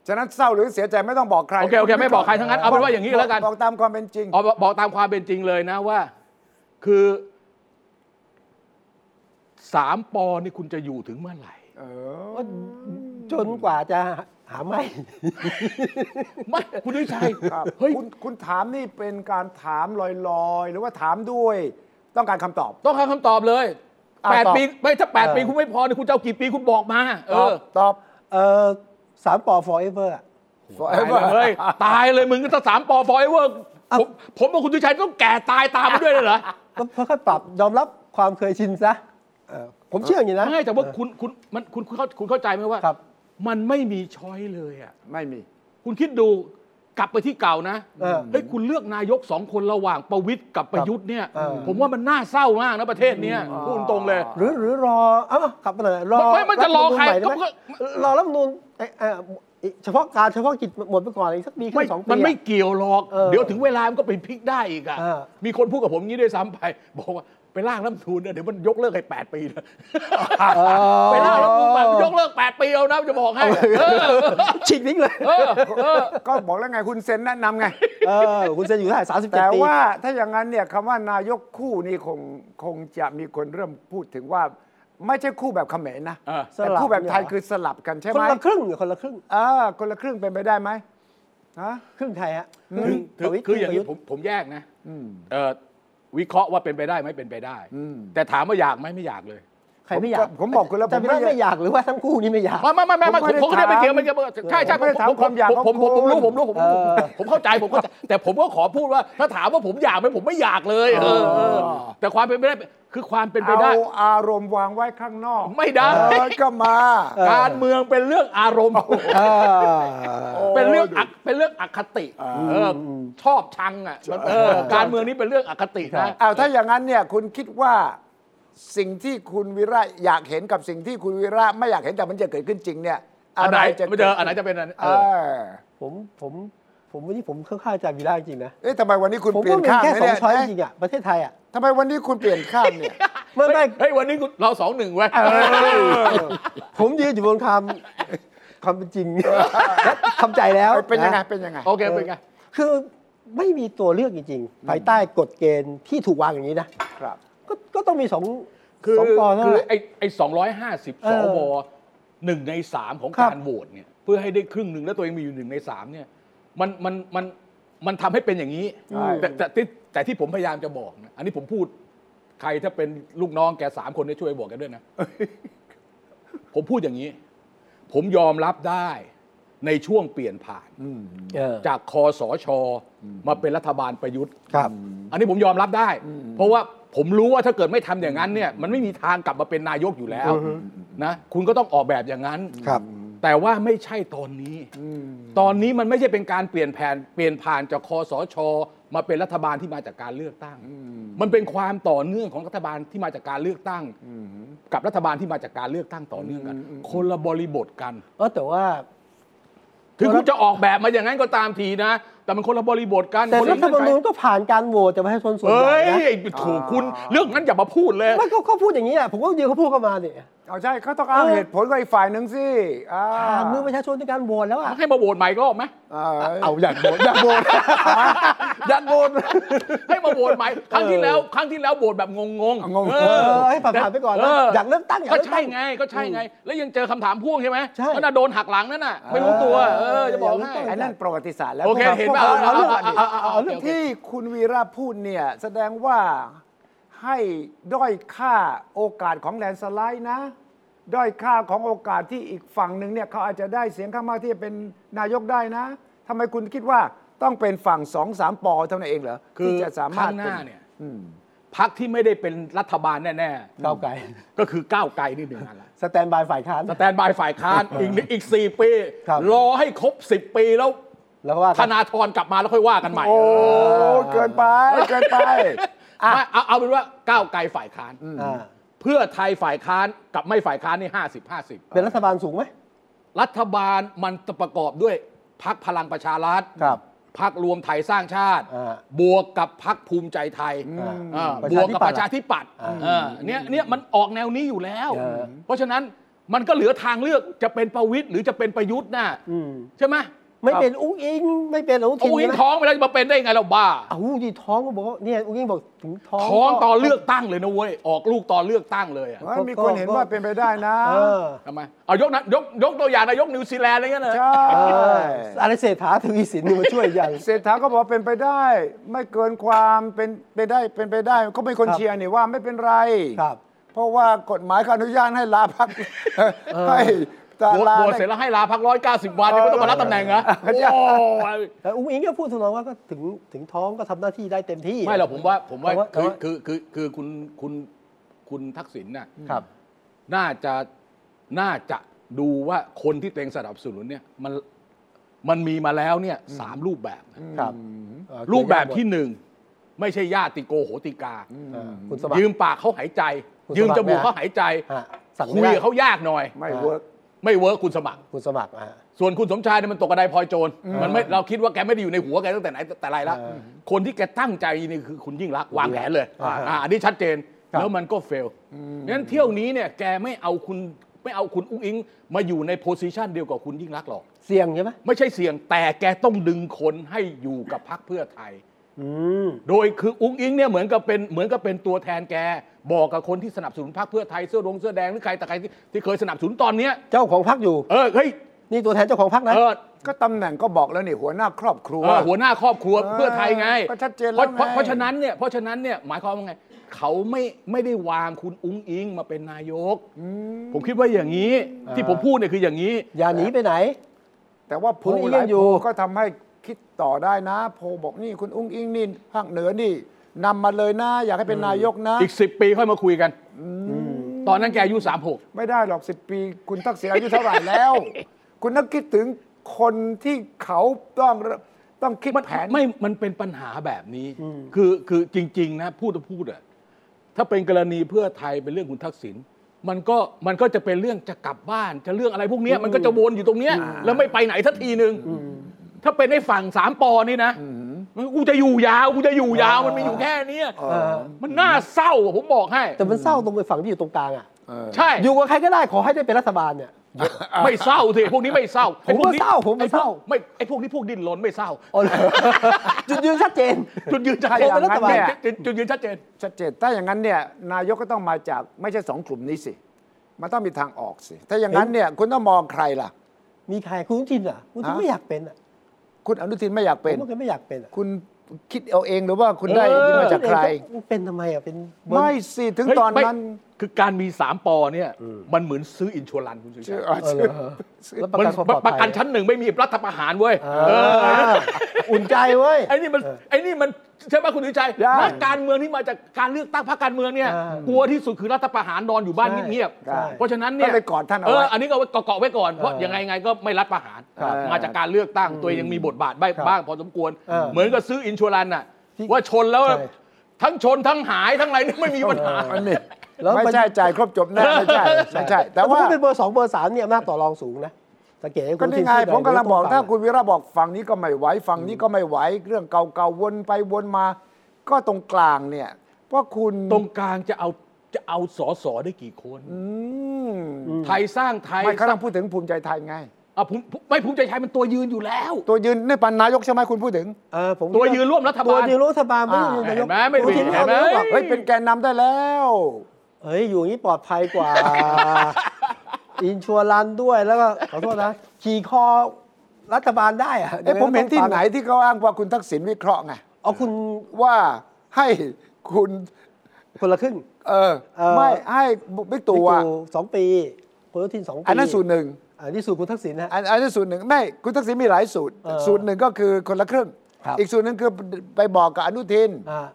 C: ฉะนั้นเศร้าหรือเสียใจไม่ต้องบอกใคร
B: โอเคโอเคไม่บอกใครทั้งนั้นเอาเป็นว่าอย่างนี้ก็แล้วกัน
C: บอกตามความเป็นจริง
B: เอาบอกตามความเป็นจริงเลยนะว่า คือสามปอนี่คุณจะอยู่ถึงเมื่อไหร่
C: เออ
A: จนกว่าจะหาไม่
B: ไม่คุณดุชัย
C: ครับ
B: เฮ้ย
C: คุณคุณถามนี่เป็นการถามลอยๆ หรือว่าถามด้วย ต้องการคำตอบ
B: ต้องหาคำตอบเลย
C: อ่ะ
B: แปด
C: ตอบ
B: ปีไม่ถ้าแปด
A: เออ
B: ปีคุณไม่พอเนี่ยคุณจะเอากี่ปีคุณบอกมา เอ
C: ตอบ
B: อ
C: ตอบ
A: เออสามปอ forever อะ
C: ต
B: ตาย
C: อบ
B: เลย ตายเลยมึงก็ตั้งสามปอฟอยเวอร์
A: เอ้า
B: ผมผมกับคุณตุชัยต้องแก่ตายตามมาด้วยเลยเหรอ
A: ก็ค่อยๆปรับยอมรับความเคยชินซะเออผมเชื่ออย่างนี้นะ
B: ไม่แต่ว่าคุณคุณมันคุณคุณเข้าคุณเข้าใจไหมว่า
A: ครับ
B: มันไม่มีช้อยเลยอ่ะ
C: ไม่มี
B: คุณคิดดูกลับไปที่เก่านะ
A: เออ
B: เฮ้ยคุณเลือกนายกสองคนระหว่างประวิตยกับประยุทธ์เนี่ย
A: เออ
B: ผมว่ามันน่าเศร้ามากนะประเทศเนี้ยพูดตรงๆเลย
A: หรือหรือรอเอ้ากลับมาหน่อยรอ
B: ไม่มันจะรอใคร
A: ฐธมนูญ
B: ก็
A: ใหม่ได้ไหมรอรัฐธรรมนูนเฉพาะการเฉพาะกิจหมดไปก่อนอีกสักปีขึ้
B: ไม่
A: นสองปี
B: มันไม่
A: อะ
B: เกี่ยวหรอก
A: เออ
B: เดี๋ยวถึงเวลามันก็ไปพลิกได้อีกอ่ะ
A: เออ
B: มีคนพูดกับผมงี้ด้วยซ้ำไป บอกว่าไปร่างรัฐธรรมนูญเนี่ยเดี๋ยวมันยกเลิกให้แปดปีนะ
A: เออ
B: ไปร่างรัฐธรรมนูญใหม่มันยกเลิกแปดปีเอานะจะบอกให้ เออ
A: ฉีกทิ้งเลย
B: เออเออ
C: ก็บอกแล้วไงคุณเซ็นแนะนำไง
A: เออคุณเซนอยู่เท่าไหร่สามสิบเจ็ด
C: แต่
A: ปี
C: ว่าถ้าอย่างนั้นเนี่ยคำว่านายกคู่นี่คงคงจะมีคนเริ่มพูดถึงว่า ไม่ใช่คู่แบบเขมรนะ
B: อ่า
C: แต่คู่แบบไทยคือสลับกันใช่
A: ค
C: ไหม
A: นละครึ่งหรือคนละครึ่ง
C: เออคนละครึ่งเป็นไปได้ไหมฮะ
A: ครึ่งไทยฮะ
B: ถึงถึ
A: ป
B: ง
A: ระวิตร
B: คืออย่างนี้
A: ประ
B: ผ
A: ยุทธ์
B: มผมแยกนะ
C: อืม
B: เออวิเคราะห์ว่าเป็นไปได้ไหมเป็นไปได้
C: อืม
B: แต่ถามว่าอยากไหมไม่อยากเลย
A: ใครไม่อยาก
C: ผมบอกคุณแล้ว
A: จะ
C: ผม
A: ไม่
C: ไม่
A: ได้
C: อยาก
A: ไม่อยากหรือว่าทั้งคู่นี่ไม่อยาก
B: ไม่ไม่ไม่ไม่ไม่ผมผมก็ได้ไม่เถียงไม่เถียงใช่ใช่
C: ผมไม่ได้ถาม
B: ผม
C: ความอยาก
B: ผมผม
C: ขอ
B: ผม
C: งคุณ
B: รู้ผมรู้ผมรู้ผม
A: เออ
B: ผมเข้าใจผมเข้าใจแต่ผมก็ขอพูดว่า ถ้าถามว่าผมอยากไหมผมไม่อยากเลยเออเออ แต่ความเป็นไปได้คือความเป็นไป
C: เอา
B: ได้
C: อารมณ์วางไว้ข้างนอก
B: ไม่ได้
C: เออก็มา
A: เออ
B: การเมืองเป็นเรื่องอารมณ์
A: เออ
B: เป็นเรื่องอักเป็นเรื่องอคติเอออชอบชังอ่ะมันเออการเมืองนี้เป็นเรื่องอคติ
A: ครั
B: นะ
A: บ
C: เอาถ้าอย่างนั้นเนี่ยคุณคิดว่าสิ่งที่คุณวิระอยากเห็นกับสิ่งที่คุณวิระไม่อยากเห็นแต่มันจะเกิดขึ้นจริงเนี่ย
B: อันไหน
C: จะ
B: ไม่เจออันไหนจะเป็นอัน
C: เอ
B: เออ
C: อ
A: ผมผมผมวันนี้ผมเข้าข้างอาจารย์วีระจริงๆนะ
C: เอ๊ะทำไมวันนี้คุณ
A: ผม
C: เปลี่
A: ก็
C: ยน
A: มี
C: ข้าง
A: แค่
C: นะ
A: สอ
C: เนี่
A: ง
C: ย
A: ช้อยจริงๆอ่ะประเทศไทยอ่ะ
C: ทำไมวันนี้คุณเปลี่ยนข้างเนี่ย
A: ไม่ไม่
B: เฮ้ยวันนี้เราสองหนึ่งเว้ย
A: ผมยืนอยู่บนความความเป็นจริง และทำใจแล้ว
C: เป็นยังไง
A: ะ
C: เป็นยังไง
B: โอเคเป็นไง
A: คือไม่มีตัวเลือกจริงๆ ภายใต้กฎเกณฑ์ที่ถูกวางอย่างนี้นะครับ ก็ก็ต้องมีสอง
B: คือ
A: สองปอเท่า
B: คื
A: นั้
B: อน ไอ้ไอ้สองร้อยห้าสิบ
A: เอ
B: ส
A: อ
B: วหนึ่งในสามของ
A: ครับ
B: การโหวตเนี่ยเพื่อให้ได้ครึ่งหนึ่งแล้วตัวเองมีอยู่หนึ่งในสามเนี่ยมันมันมันมันทำให้เป็นอย่างนี้
C: ใช่
B: แต่แต่ที่แต่ที่ผมพยายามจะบอกนะอันนี้ผมพูดใครถ้าเป็นลูกน้องแกสามคนเนี่ยช่วยบอกแกด้วยนะ ผมพูดอย่างนี้ ผมยอมรับได้ในช่วงเปลี่ยนผ่าน
A: เออ
B: จากคอสชมาเป็นรัฐบาลประยุทธ์
A: ครับ
B: อันนี้ผมยอมรับได้ เพราะว่าผมรู้ว่าถ้าเกิดไม่ทำอย่างนั้นเนี่ยมันไม่มีทางกลับมาเป็นนายกอยู่แล้วนะคุณก็ต้องออกแบบอย่างนั้น
A: ครับ
B: แต่ว่าไม่ใช่ตอนนี้ ตอนนี้มันไม่ใช่เป็นการเปลี่ยนแผนเปลี่ยนผ่านจากคอสช มาเป็นรัฐบาลที่มาจากการเลือกตั้ง มันเป็นความต่อเนื่องของรัฐบาลที่มาจากการเลือกตั้ง กับรัฐบาลที่มาจากการเลือกตั้งต่อเนื่องกัน คนละบริบทกัน
A: เออแต่ว่า
B: ถึงคุณจะออกแบบมาอย่างนั้นก็ตามทีนะ แต่มันคนละบริบทกัน
A: แต่
B: คน
A: รั
B: ละ
A: ฐธรรมนูญก็ผ่านการโหวตจากประชาชนส่วน
B: เอ
A: ใหญ่
B: ้ย
A: นะ
B: ถูกคุณเรื่องนั้นอย่ามาพูดเลย
A: ไม่เขาเขาพูดอย่างนี้แหละผมก็ยืนเขาพูดเข้ามาเนี่ย
C: เอาใช่เขาต้องอ้างเหตุผลกับอีกฝ่ายหนึ่งสิอ่า
A: ผ่านมือประชาชนในการโหวตแล้วอ่ะ
B: ให้มาโหวตใหม่อีก็ออกไหม
C: เออ
A: เอาอยากโหวตอยากโหวต
B: ยันโหวต ให้มาโหวตใหม่ครั้งที่แล้ว ครั้งที่แล้วโหวตแบบงง
C: เอา
B: ๆ
C: งง
B: เอ
A: เอ
B: อ
A: อให้ผ่านๆไปก่อนนะอยากเลือกตั้งอยาก
B: ก็
A: เลือก
B: ใช่
A: ตั้ง
B: ไงก็ใช่ไง แล้วยังเจอคำถามพ่วงใช่ไหม
A: ใช่
B: ก็น่าโดนหักหลังนั่นน่ะไม่รู้ตัวเออจะบอกให้
C: ไอ้นั่นประวัติศาสตร์แล้ว
B: โอเค
C: พวกรา
B: เห็นป่ะ
C: พวก
B: เอาเรื่องเอาเอา
C: เราเรื่อง
B: เอาเอา
C: เรื่อง
B: โอเค
C: ที่คุณวีระพูดเนี่ยแสดงว่าให้ด้อยค่าโอกาสของแลนด์สไลด์นะ ด้อยค่าของโอกาสที่อีกฝั่งหนึ่งเนี่ยเขาอาจจะได้เสียงข้างมากที่จะเป็นนายกได้นะทำไมคุณคิดว่าต้องเป็นฝั่งสองสามปอเท่านั้นเองเหรอ
B: คือ
C: ที่จะสามารถ
B: ข้างห
C: ป็
B: น้าเนี่ย
C: อืม
B: พักที่ไม่ได้เป็นรัฐบาลแน่
A: ก้าวไกล
B: ๆ ก็คือก้าวไกลนี่หนึ่งอันละ
A: สแตนบายฝ่ายค้าน
B: สแตนบายฝ่ายค้านอีกหนึ่งอีกสี่ปี
A: ครับ
B: รอให้ครบสิบปีแล้ว
A: แล้วก็ว่า
B: ธ
A: กัน
B: นาธรกลับมาแล้วค่อยว่ากันใหม่
C: โอ้ เกินไป เกินไป อ่ะ
B: ไม่เอาเอาเป็นว่าก้าวไกลฝ่ายค้าน
A: อ่า
B: เพื่อไทยฝ่ายค้านกับไม่ฝ่ายค้านนี่ห้าสิบห้าสิบ
A: เป็นรัฐบาลสูงไหม
B: รัฐบาลมันจะประกอบด้วยพักพลังประชารัฐ
A: ครับ
B: พักรวมไทยสร้างชาติ
A: อ่า
B: บวกกับพักภูมิใจไทย
A: อ่า
B: อ่า
A: ประ
B: บ
A: ชาวธิปัตย์
B: กกับประชาธิปัตย์
A: อ่า
B: เออเนี่ยเนี่ยมันออกแนวนี้อยู่แล้ว
A: เออ
B: เพราะฉะนั้นมันก็เหลือทางเลือกจะเป็นประวิตยหรือจะเป็นประยุทธ์น่ะ
A: อืม
B: ใช่ไหม
A: ไม่เป็นอุ้งอิงไม่เป็นอุ้ง
B: เอา
A: ทิน
B: อุ้ง
A: ใช่ไหม
B: ท้องไปแล้วจะมาเป็นได้ไงเราบ้า
A: อ้าวดีท้องก็บอกว่าเนี่ยอุ้งอิงบอกถึงท้อง
B: ท้อง
A: ก็
B: ตอนเลือกตั้งเลยนะเว้ยออกลูกตอนเลือกตั้งเลยอะ
C: เฮ้ยมีคนเห็นว่าเป็นไปได้นะ
A: เออ
B: ทำไมเอายกนะยกยกตัวอย่างนายกนิวซีแลนด์อะไรเงี้ยเลย
C: ใช่
A: เอออะไรเศรษฐาทวีสินนี่มาช่วยยัง
C: เศรษฐาก็บอกเป็นไปได้ ไม่เกินความเป็นไปได้เป็นไปได้ก็เป็นคน
A: ครับ
C: เชียร์นี่ว่าไม่เป็นไร
A: ครับ
C: เพราะว่ากฎหมายเขาอนุญาตให้ลาพัก ให้ตา
B: โหวต
C: ลา
B: โหวต
C: ได้
B: เสร็จแล้วให้ลาพักร้อยเก้าสิบวันเนี่ยก็ต้องมารับตำแหน่งเหรอโอ้ย
A: แต่อุ้งอิงก็พูดทำนองว่าก็ถึงถึงท้องก็ทำหน้าที่ได้เต็มที่
B: ไม่หรอกผมว่าผมว่า
A: แต่ว่าแต่
B: คือ
A: ว่า
B: คือคือคือคุณคุณคุณทักษิณน่ะ
A: ครับ
B: น่าจะน่าจะดูว่าคนที่ตัวเองสนับสนุนเนี่ยมันมันมีมาแล้วเนี่ยสามรูปแบบนะ
A: ครับเอ่อ
B: รูปแบบที่หนึ่งไม่ใช่ญาติโกโหติกา
A: เอ่อคุณสมัคร
B: ยืมปากเขาหายใจ
A: คุณสมัคร
B: ยืมจมูก
A: ไหมฮะ
B: เขาหายใจ
A: ฮะสั่ง
B: คุ
A: ไม่
B: ย
A: ได้
B: กับเขายากหน่อย
C: ไม่เวิร์ก
B: ไม่เวิร์คคุณสมัคร
A: คุณสมัครอ่ะ
B: ส่วนคุณสมชายเนี่ยมันตกกระไดพลอยโจร มันไม่เราคิดว่าแกไม่ได้อยู่ในหัวแกตั้งแต่ไหนแต่ไรแล้ว
A: เออ
B: คนที่แกตั้งใจนี่คือคุณยิ่งรักษณ์วางแผนเลย
A: อ่า
B: อ่าอันนี้ชัดเจน
A: ครับ
B: แล้วมันก็เฟลงั้นเที่ยวนี้เนี่ยแกไม่เอาคุณไม่เอาคุณอุ้งอิง มาอยู่ในโพสิชันเดียวกับคุณยิ่งรักษณ์หรอก
A: เสี่ยงใช่ไหม
B: ไม่ใช่เสี่ยงแต่แกต้องดึงคนให้อยู่กับพรรคเพื่อไทย
A: อืม
B: โดยคืออุ้งอิงเนี่ยเหมือนกับเป็นเหมือนกับเป็นตัวแทนแกบอกกับคนที่สนับสนุนพรรคเพื่อไทยเสื้อรงเสื้อแดงหรือใครแต่ใครที่ที่เคยสนับสนุนตอนเนี้ย
A: เจ้าของพักอยู่
B: เออเฮ้ย
A: นี่ตัวแทนเจ้าของพักนะ
B: เออ
C: ก็ตำแหน่งก็บอกแล้วนี่หัวหน้าครอบครัว
B: เออหัวหน้าครอบครัว
C: เออ
B: เพื่อไทยไง
C: ก็ชัดเจนแล้ว
B: พราะเพราะเพ
C: ไง
B: ราะฉะนั้นเนี่ยเพราะฉะนั้นเนี่ยหมายความว่าไง เขาไม่ไม่ได้วางคุณอุ้งอิงมาเป็นนายก ผมคิดว่าอย่างนี้ ที่ผมพูดเนี่ยคืออย่างนี้
A: อย่าหนีไปไหน
C: แต่ว่าโพล
A: คุณอุ้งอิ๊ง
C: หลาย
A: อยู่
C: โพลก็ทำให้คิดต่อได้นะ โพลบอกนี่คุณอุ้งอิงนี่ภาคเหนือนี่นำมาเลยนะ อยากให้เป็นนายกนะ
B: อีก 10 ปีค่อยมาคุยกัน ตอนนั้นแกอายุ36
C: ไม่ได้หรอกสิปี คุณทักษิณอายุเท่าไหร่แล้ว คุณต้องคิดถึงคนที่เขาต้องต้องคิด
B: มัน
C: แผน
B: ไม่ มันเป็นปัญหาแบบนี้ คือคือจริง ๆ นะ พูดก็พูดอะถ้าเป็นกรณีเพื่อไทยเป็นเรื่องคุณทักษิณ มันก็มันก็จะเป็นเรื่องจะกลับบ้านจะเรื่องอะไรพวกเนี้ยมันก็จะวนอยู่ตรงเนี้ยแล้วไม่ไปไหนสักทีหนึ่งถ้าเป็นในฝั่งสามปอนี่นะมันกูจะอยู่ยาวกูจะอยู่ยาวมันมีอยู่แค่เนี้ย
A: เออ
B: มันน่าเศร้าอะผมบอกให้
A: แต่มันเศร้าตรงไปฝั่งที่อยู่ตรงกลางอ่ะ
B: ใช่
A: อยู่กับใครก็ได้ขอให้ได้เป็นรัฐบาลเนี่ย
B: ไม่เศร้าสิพวกนี้ไม่เศร้าไอ้พว
A: ผมก็
B: นี้
A: เศร้าผมก็
B: ไอ้พวก
A: เศร้า
B: ไม่ไอ้พวกนี้พวกดิ้นรนไม่เศร้า
A: อ๋อเหรอจุดยืนชัดเจน
B: จุดยืนชัด
C: ถ้า
B: เจ
C: อน ย่างนั้นเนี่ย
B: จุดจุดยืนชัดเจน
C: ชัดเจนถ้าอย่างนั้นเนี่ยนายกก็ต้องมาจากไม่ใช่สองกลุ่มนี้สิ มันต้องมีทางออกสิ ถ้าอย่างนั้นเนี่ยคุณต้องมองใครล่ะ
A: มีใครคุณอนุทินเหรอ่ะคุณอนุทินไม่
C: ฮะ
A: อยากเป็นอ่ะ
C: คุณอนุทินไม่อยาก
A: ผ
C: เป็น
A: มว่าแกไม่อยากเป็นอ่ะ
C: คุณคิดเอาเองหรือว่าคุณได้
B: เออ
C: ที่มาจากใคร
A: คุณเป็นทำไมอ่ะเป็นเบิร์น
C: ไม่สิถึง
B: เฮ้ย
C: ตอน
B: ไม่
C: นั้น
B: คือการมีสามปอเนี่ย มันเหมือนซื้ออินชัวรันคุณสุ
C: ชื่
B: ชา
C: อ
B: ติ
C: เออชื่อ
A: แล้วป
B: มั
A: ระ
B: น
A: กันความปลอด
B: ป
A: ภัย
B: ระกันชั้นหนึ่งไม่มีรัฐประหารเว้ย
A: เอออุ่นใจเว้ย
B: ไอ้นี่มันไอ้นี่มันใช่ไหมคุณสุชัย
A: ได้
B: นักการเมืองที่มาจากการเลือกตั้งพรรคการเมืองเนี่ย
A: เออก
B: ลัวที่สุดคือรัฐประหารนอนอยู่บ้าน
A: ใช่
B: เงียบ
A: ใช่
B: ๆเพราะฉะนั้น
C: ก็
B: เนี่ย
C: ไปกอดท่านเอา
B: เออ
C: ไว้
B: อันนี้ก็เกาะไว้ก่อนเพราะยังไงไงก็ไม่รัฐประหาร
C: ครับ
B: มาจากการเลือกตั้งตัวเองยังมีบทบาท
A: ครับ
B: บ้างพอสมควร
A: เออ
B: เหมือนกับซื้ออินชัวรันน่ะ
A: ที่
B: ว่าชนแล้ว
A: ใช่
B: ทั้งชนทั้งหายทั้งอะไรเนี่ยไม่มีปัญหา
C: อันนี้
A: แล้วมัน
C: ไม่ใช่จ่ายครบจบแน่ไม่ใช่ไม่ใช่ แต่ว่า
A: ถ้เป็นเบอร์สองเบอร์สามเนี่ยอำนาจต่อรองสูงนะสังเกตให้คุ
C: ก็
A: ณ
C: นี่ไง
A: ที่
C: ผมกำลังบอก
A: ที่
C: ถ้า
A: ตร
C: คุณวิระบอกฝั่งนี้ก็ไม่ไหวฝั่งนี้ก็ไม่ไหวเรื่องเก่าๆวนไปวนมา ก็ตรงกลางเนี่ยว่าคุณ
B: ตรงกลางจะเอาจะเอาสอสอได้กี่คน
C: อืม
B: ไทยสร้างไทย
C: ไม่เขาต้องพูดถึงภูมิใจไทยไง
B: อ่ะผมผมไม่ภูมิใจไทยมันตัวยืนอยู่แล้ว
C: ตัวยืนในปันนายกใช่ไหมคุณพูดถึง
A: เออผม
B: ตัวยืนร่วมรัฐบาล
A: ตัวยืนร่วมรัฐบาลไม่ได้
C: อ่า
A: ยืนนายก
B: เห็นไหมไม่
A: ตัวยืน
B: เห็นไหม
A: ร่วรัฐบาล
C: เฮ้ยเป็นแกนนำได้แล้ว
A: เฮ้ยอยู่อย่างนี้ปลอดภัย กว่า อินชัวรันด้วยแล้วก็ขอโทษนะขี่คอรัฐบาลได้อะ
C: เอ้ยผมเห็นที่ไหนที่เขาอ้างว่าคุณทักษิณวิเคราะห์ไง
A: เอาคุณ
C: ว่าให้คุณ
A: คนละครึ่ง
C: เออ
A: เอ่อ
C: ไม่ให้บิ๊กตู่
A: พี่
C: อะ
A: ตู่สองปี คุณอนุทินสองปี
C: อันนั้นสูตรหนึ่ง
A: อันนี้สูตรคุณทักษิณนะ
C: อันอันนั้นสูตรหนึ่งไม่คุณทักษิณมีหลายสูตร
A: เออ
C: สูตรหนึ่งก็คือคนละครึ่ง
A: ครับ
C: อีกสูตรหนึ่งคือไปบอกกับอนุทิน
A: อ่า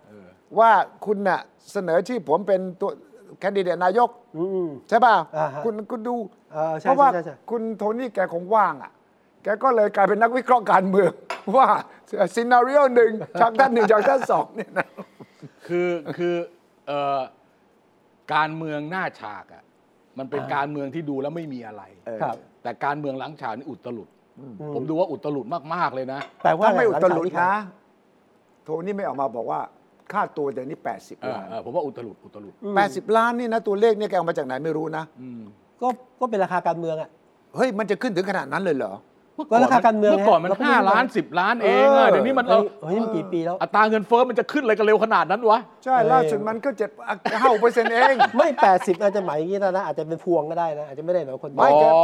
C: ว่าคุณน่ะเสนอชื่อผมเป็นตัวแคนดิเดตนายก
A: อืม
C: ใช่ป่ะ
A: อ่าฮะ
C: คุณคุณดู
A: เออใช่
C: เพราะว่า
A: ใช่ใช่ใช่
C: คุณโทนี่แกคงว่างอ่ะ แกก็เลยกลายเป็นนักวิเคราะห์การเมือง ว่าซีนารีโอหนึ่งฉากด้านหนึ่ง ฉากด้านสองเนี่ยนะ
B: คือคือเอ่อการเมืองหน้าฉากอ่ะมันเป็นการเมืองที่ดูแล้วไม่มีอะไร
A: ครับ
B: แต่การเมืองหลังฉากนี่อุตลุด ผมดูว่าอุตลุดมาก ๆ เลยนะ
A: แต่ว่า
C: ถ้าไม่อุตลุด
A: งจาก
C: นะ โทนี่ไม่ออกมาบอกว่า ค่าตัวเดี๋ยวนี้
B: เอ
C: 80
B: อ
C: ล้าน
B: เออผมว่าอุตลุดอุตลุด
C: 80 ล้านนี่นะ ตัวเลขเนี่ยแกเอามาจากไหนไม่รู้นะ
A: ก็ก็เป็นราคาการเมืองอ่ะ
C: เฮ้ย มันจะขึ้นถึงขนาดนั้นเลยเหรอ
A: ก็ราคาการเมือง
B: เมื่อก่อนมัน
A: ไงเราก็
B: ห้า
A: ไม่รู้
B: ล้านสิบล้านเองอะ
C: เออ
B: เดี๋ยวนี้มัน
A: เฮ้ย
B: เอา
A: เฮ้ยมันกี่ปีแล้ว
B: อัตราเงินเฟ้อมันจะขึ้นอะไรกันเร็วขนาดนั้นวะ
C: ใช่ล่าสุดมันก็เจ็ดเ้าเปอร์เซ็นต์เอง
A: ไม่ 80 อาจจะหมายอย่างนี้นะนะอาจจะเป็นพวงก็ได้นะ อาจจะไม่ได้หมายคนเดียว
C: ไม่
B: อ๋อ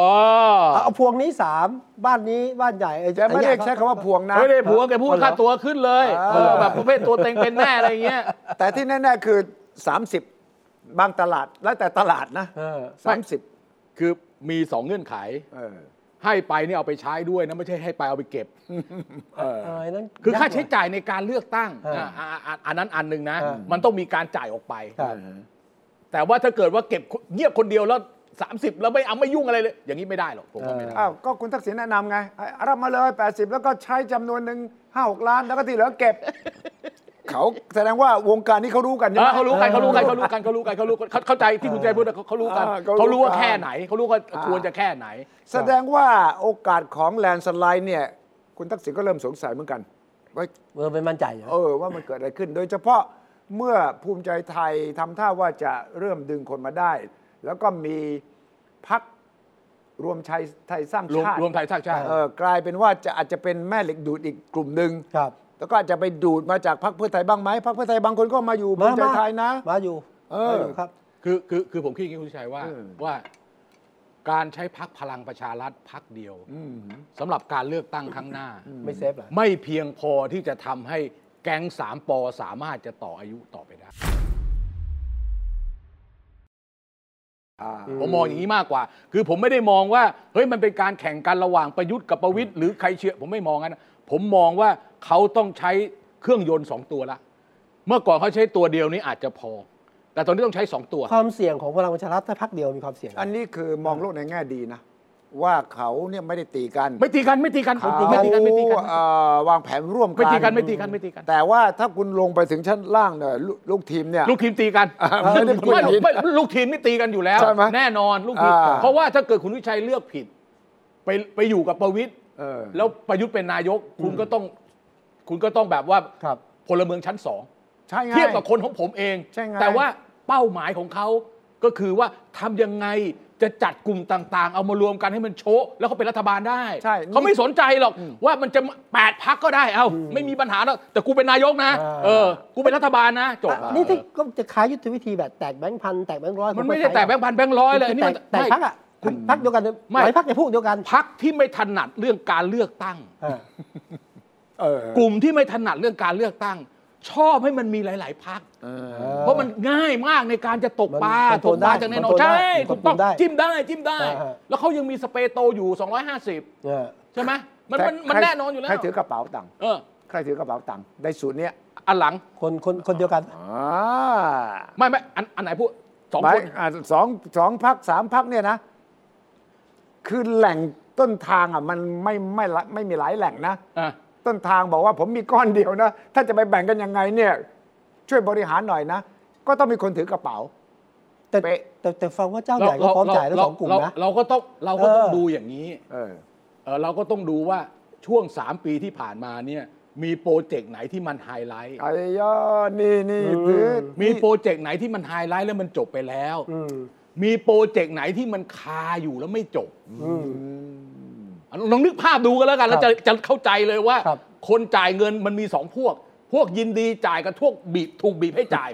C: แก
A: เอาเอาพวงนี้ 3 บ้านนี้บ้านใหญ่อ้
C: แกไม่ได้ใช้คำว่าพวงนะ
B: ไม่ได้ผัวแกพูดค่าตัวขึ้นเลย
C: เออ
B: เออแบบประเภทตัวเต็งเป็นแน่อะไรเงี้ย
C: แต่ที่แน่ๆคือ 30 บางตลาดแล้วแต่ตลาดนะ
A: เออ
C: สามสิบ
B: คือมีสองเงื่อนไข
C: เออ
B: ให้ไปเนี่ยเอาไปใช้ด้วยนะไม่ใช่ให้ไปเอาไปเก็บ
A: เออนั่น
B: คือค่าใช้
A: ยกหน่ย
B: จ่ายในการเลือกตั้ง
A: เอออ่
B: ะอ่ะอ่ะอันนั้นอันหนึ่งนะ
A: เออ
B: มันต้องมีการจ่ายออกไป
A: ครับ
B: แต่ว่าถ้าเกิดว่าเก็บเงียบคนเดียวแล้ว 30 แล้วไม่เอาไม่ยุ่งอะไรเลย อย่างนี้ไม่ได้หรอกผมว่าไม่ได้
C: อ้าวก็คุณทักษิณแนะนำไงให้รับมาเลย 80 แล้วก็ใช้จำนวนหนึ่งห้าหกล้านแล้วก็ที่เหลือเก็บ เขาแสดงว่าวงการนี้เขารู้กันใช่
B: เอ
C: ไหม
B: อเขารู้กันเขารู้กันเขารู้กันเขารู้กันเขารู้กันเขาเข้าใจที่คุณใจพูดนะเขาเขารู้กัน
C: เออเขารู้
B: เขารู้ว่า
C: กัน
B: แค่ไหนเขารู้ว่าควรจะแค่ไหน
C: แสดงว่าโอกาสของแลนด์สไลด์เนี่ย คุณทักษิณก็เริ่มสงสัยเหมือนกันว่า
A: เออเป็นมั่นใจเหรอ
C: เออว่ามันเกิดอะไรขึ้น โดยเฉพาะเมื่อภูมิใจไทยทำท่าว่าจะเริ่มดึงคนมาได้ แล้วก็มีพักรวมไทยไทยสร้าง
B: รวม
C: ชาติ
B: รวมไทยสร้างชาติ
C: เออกลายเป็นว่าจะอาจจะเป็นแม่เหล็กดูดอีกกลุ่มหนึ่ง
A: ครับ
C: แล้วก็อาจจะไปดูดมาจากพรรคเพื่อไทยบ้างไหมพรรคเพื่อไทยบางคนก็มาอยู่ภูมิใจไทยนะ
A: มาอยู่
C: เออ
A: มายู่ครับ
B: คือคือคือผมคิดอย่างนี้คุณชัยว่า
C: เออ
B: ว่า การใช้พักพลังประชารัฐพักเดียว
C: อืม
B: สำหรับการเลือกตั้งครั้งหน้า
A: ไม่เซฟเหรอ
B: ไม่เพียงพอที่จะทำให้แก๊งสามปอสามารถจะต่ออายุต่อไปได้ ผมมองอย่างนี้มากกว่า คือผมไม่ได้มองว่า เฮ้ยมันเป็นการแข่งกันระหว่างประยุทธ์กับประวิตยหรือใครเชื่อ ผมไม่มองงั้นนะผมมองว่าเขาต้องใช้เครื่องยนต์สองตัวละ เมื่อก่อนเขาใช้ตัวเดียวนี้อาจจะพอ แต่ตอนนี้ต้องใช้สองตัว
A: ความเสี่ยงของพลังประชารัฐถ้าพักเดียวมีความเสี่ยง
C: อันนี้คือมองโลกในแง่ดีนะ ว่าเขาเนี่ยไม่ได้ตีกัน
B: ไม่ตีกันไม่ตีกันผมผมไม่ตีกันไม่ตีกัน
C: เขาเอ่อวางแผนร่วมกัน
B: ไม่ตีกันไม่ตีกันไม่ตีกัน
C: แต่ว่าถ้าคุณลงไปถึงชั้นล่างเนี่ยลูกลูกทีมเนี่ย
B: ลูกทีมตีกัน
C: ไม่ได้พูด
B: ไม่
C: อย่างนี้
B: ไม่ลูกทีมนี่ตีกันอยู่แล้ว
C: ใช่ไหม
B: แน่นอนลูกทีม
C: อ่า
B: เพราะว่าถ้าเกิดคุณวิชัยเลือกผิด ไปไปอยู่กับประวิตย
C: เออ
B: แล้วประยุทธ์เป็นนายก คุณก็ต้อง คุณก็ต้องแบบว่า
A: ครับ
B: พลเมืองชั้นสอง
C: ใช่ไง
B: เทียบกับคนของผมเอง
C: ใช่ไง
B: แต่ว่าเป้าหมายของเขาก็คือว่าทำยังไงจะจัดกลุ่มต่าง ๆ เอามารวมกันให้มันโชะแล้วเขาเป็นรัฐบาลได้
C: ใช่นี่
B: เขาไม่สนใจหรอกว่ามันจะแปดพักก็ได้ เอ้าไม่มีปัญหาหรอกแต่กูเป็นนายกนะ
A: อ่า
B: เออ กูเป็นรัฐบาลนะจบ
A: อันนี่ที่ก็จะขายยุทธวิธีแบบแตกแบงค์พันแตกแบงค์ร้อย
B: มันไม่ได้แต่แบงค์พันแบงค์ร้อยเลยอันนี่มัน
A: แตกพักอ่ะคุณพักเดียวกัน
B: ไม่
A: หลายพักในพวกเดียวกัน
B: พักที่ไม่ถนัดเรื่องการเลือกตั้ง
A: อ่า
C: เออก
B: ลุ่มที่ไม่ถนัดเรื่องการเลือกตั้ง ชอบให้มันมีหลาย ๆพัก
C: เออ
B: เพราะมันง่ายมากในการจะตกปลา
A: มันค
B: ตก
A: น
B: ปลา
A: ได้
B: จากใน
A: มัน
B: หนอง
A: คนได้
B: ใช่
A: มัน
B: ถูก
A: คน
B: ต้อง
A: ได้
B: จิ้มได้จิ้มได้
A: อ่าฮะ
B: แล้วเขายังมีสเปรย์โตอยู่ 250
A: เออ
B: ใช่ไหมมันมันมัน
C: ใคร
B: แน่นอนอยู่แล้ว
C: ใครถือกระเป๋าตังค์
B: เออ
C: ใครถือกระเป๋าตังค์ในสูตรเนี้ย
B: อันหลัง
A: คนคนคนเดียวกัน
C: อ่า
B: ไม่ไม่อันอันไหนพูดสอง
C: หมา
B: ค
C: ย
B: น
C: อ่าสองสองพักสามพักเนี่ยนะ คือแหล่งต้นทางอ่ะมันไม่ไม่ละไม่มีหลายแหล่งนะ
B: อ่ะ
C: ต้นทางบอกว่าผมมีก้อนเดียวนะ ถ้าจะไปแบ่งกันยังไงเนี่ย ช่วยบริหารหน่อยนะ ก็ต้องมีคนถือกระเป๋า
A: แต่
C: เป๊ะ
A: แต่แต่ฟังว่าเจ้าใหญ่ก็พร้อมจ่ายทั้งสองกลุ่ม
B: เรา
A: นะ
B: เราก็ต้องเราก็ต้อง
A: เออ
B: ดูอย่างนี้
C: เออ
B: เออเราก็ต้องดูว่าช่วง 3 ปีที่ผ่านมาเนี่ยมีโปรเจกต์ไหนที่มันไฮไลท์
C: ไอ้ยอนี่นี่ถือ
B: มีโปรเจกต์ไหนที่มันไฮไลท์แล้วมันจบไปแล้ว
A: อืม
B: มีโปรเจกต์ไหนที่มันคาอยู่แล้วไม่จบ
A: อืม
B: ลองนึกภาพดูกันแล้วกัน แล้วจะจะเข้าใจเลยว่า
A: ครับ
B: นจ่ายเงินมันมีสองพวก พวกยินดีจ่ายกับพวกบีบถูกบีบให้จ่าย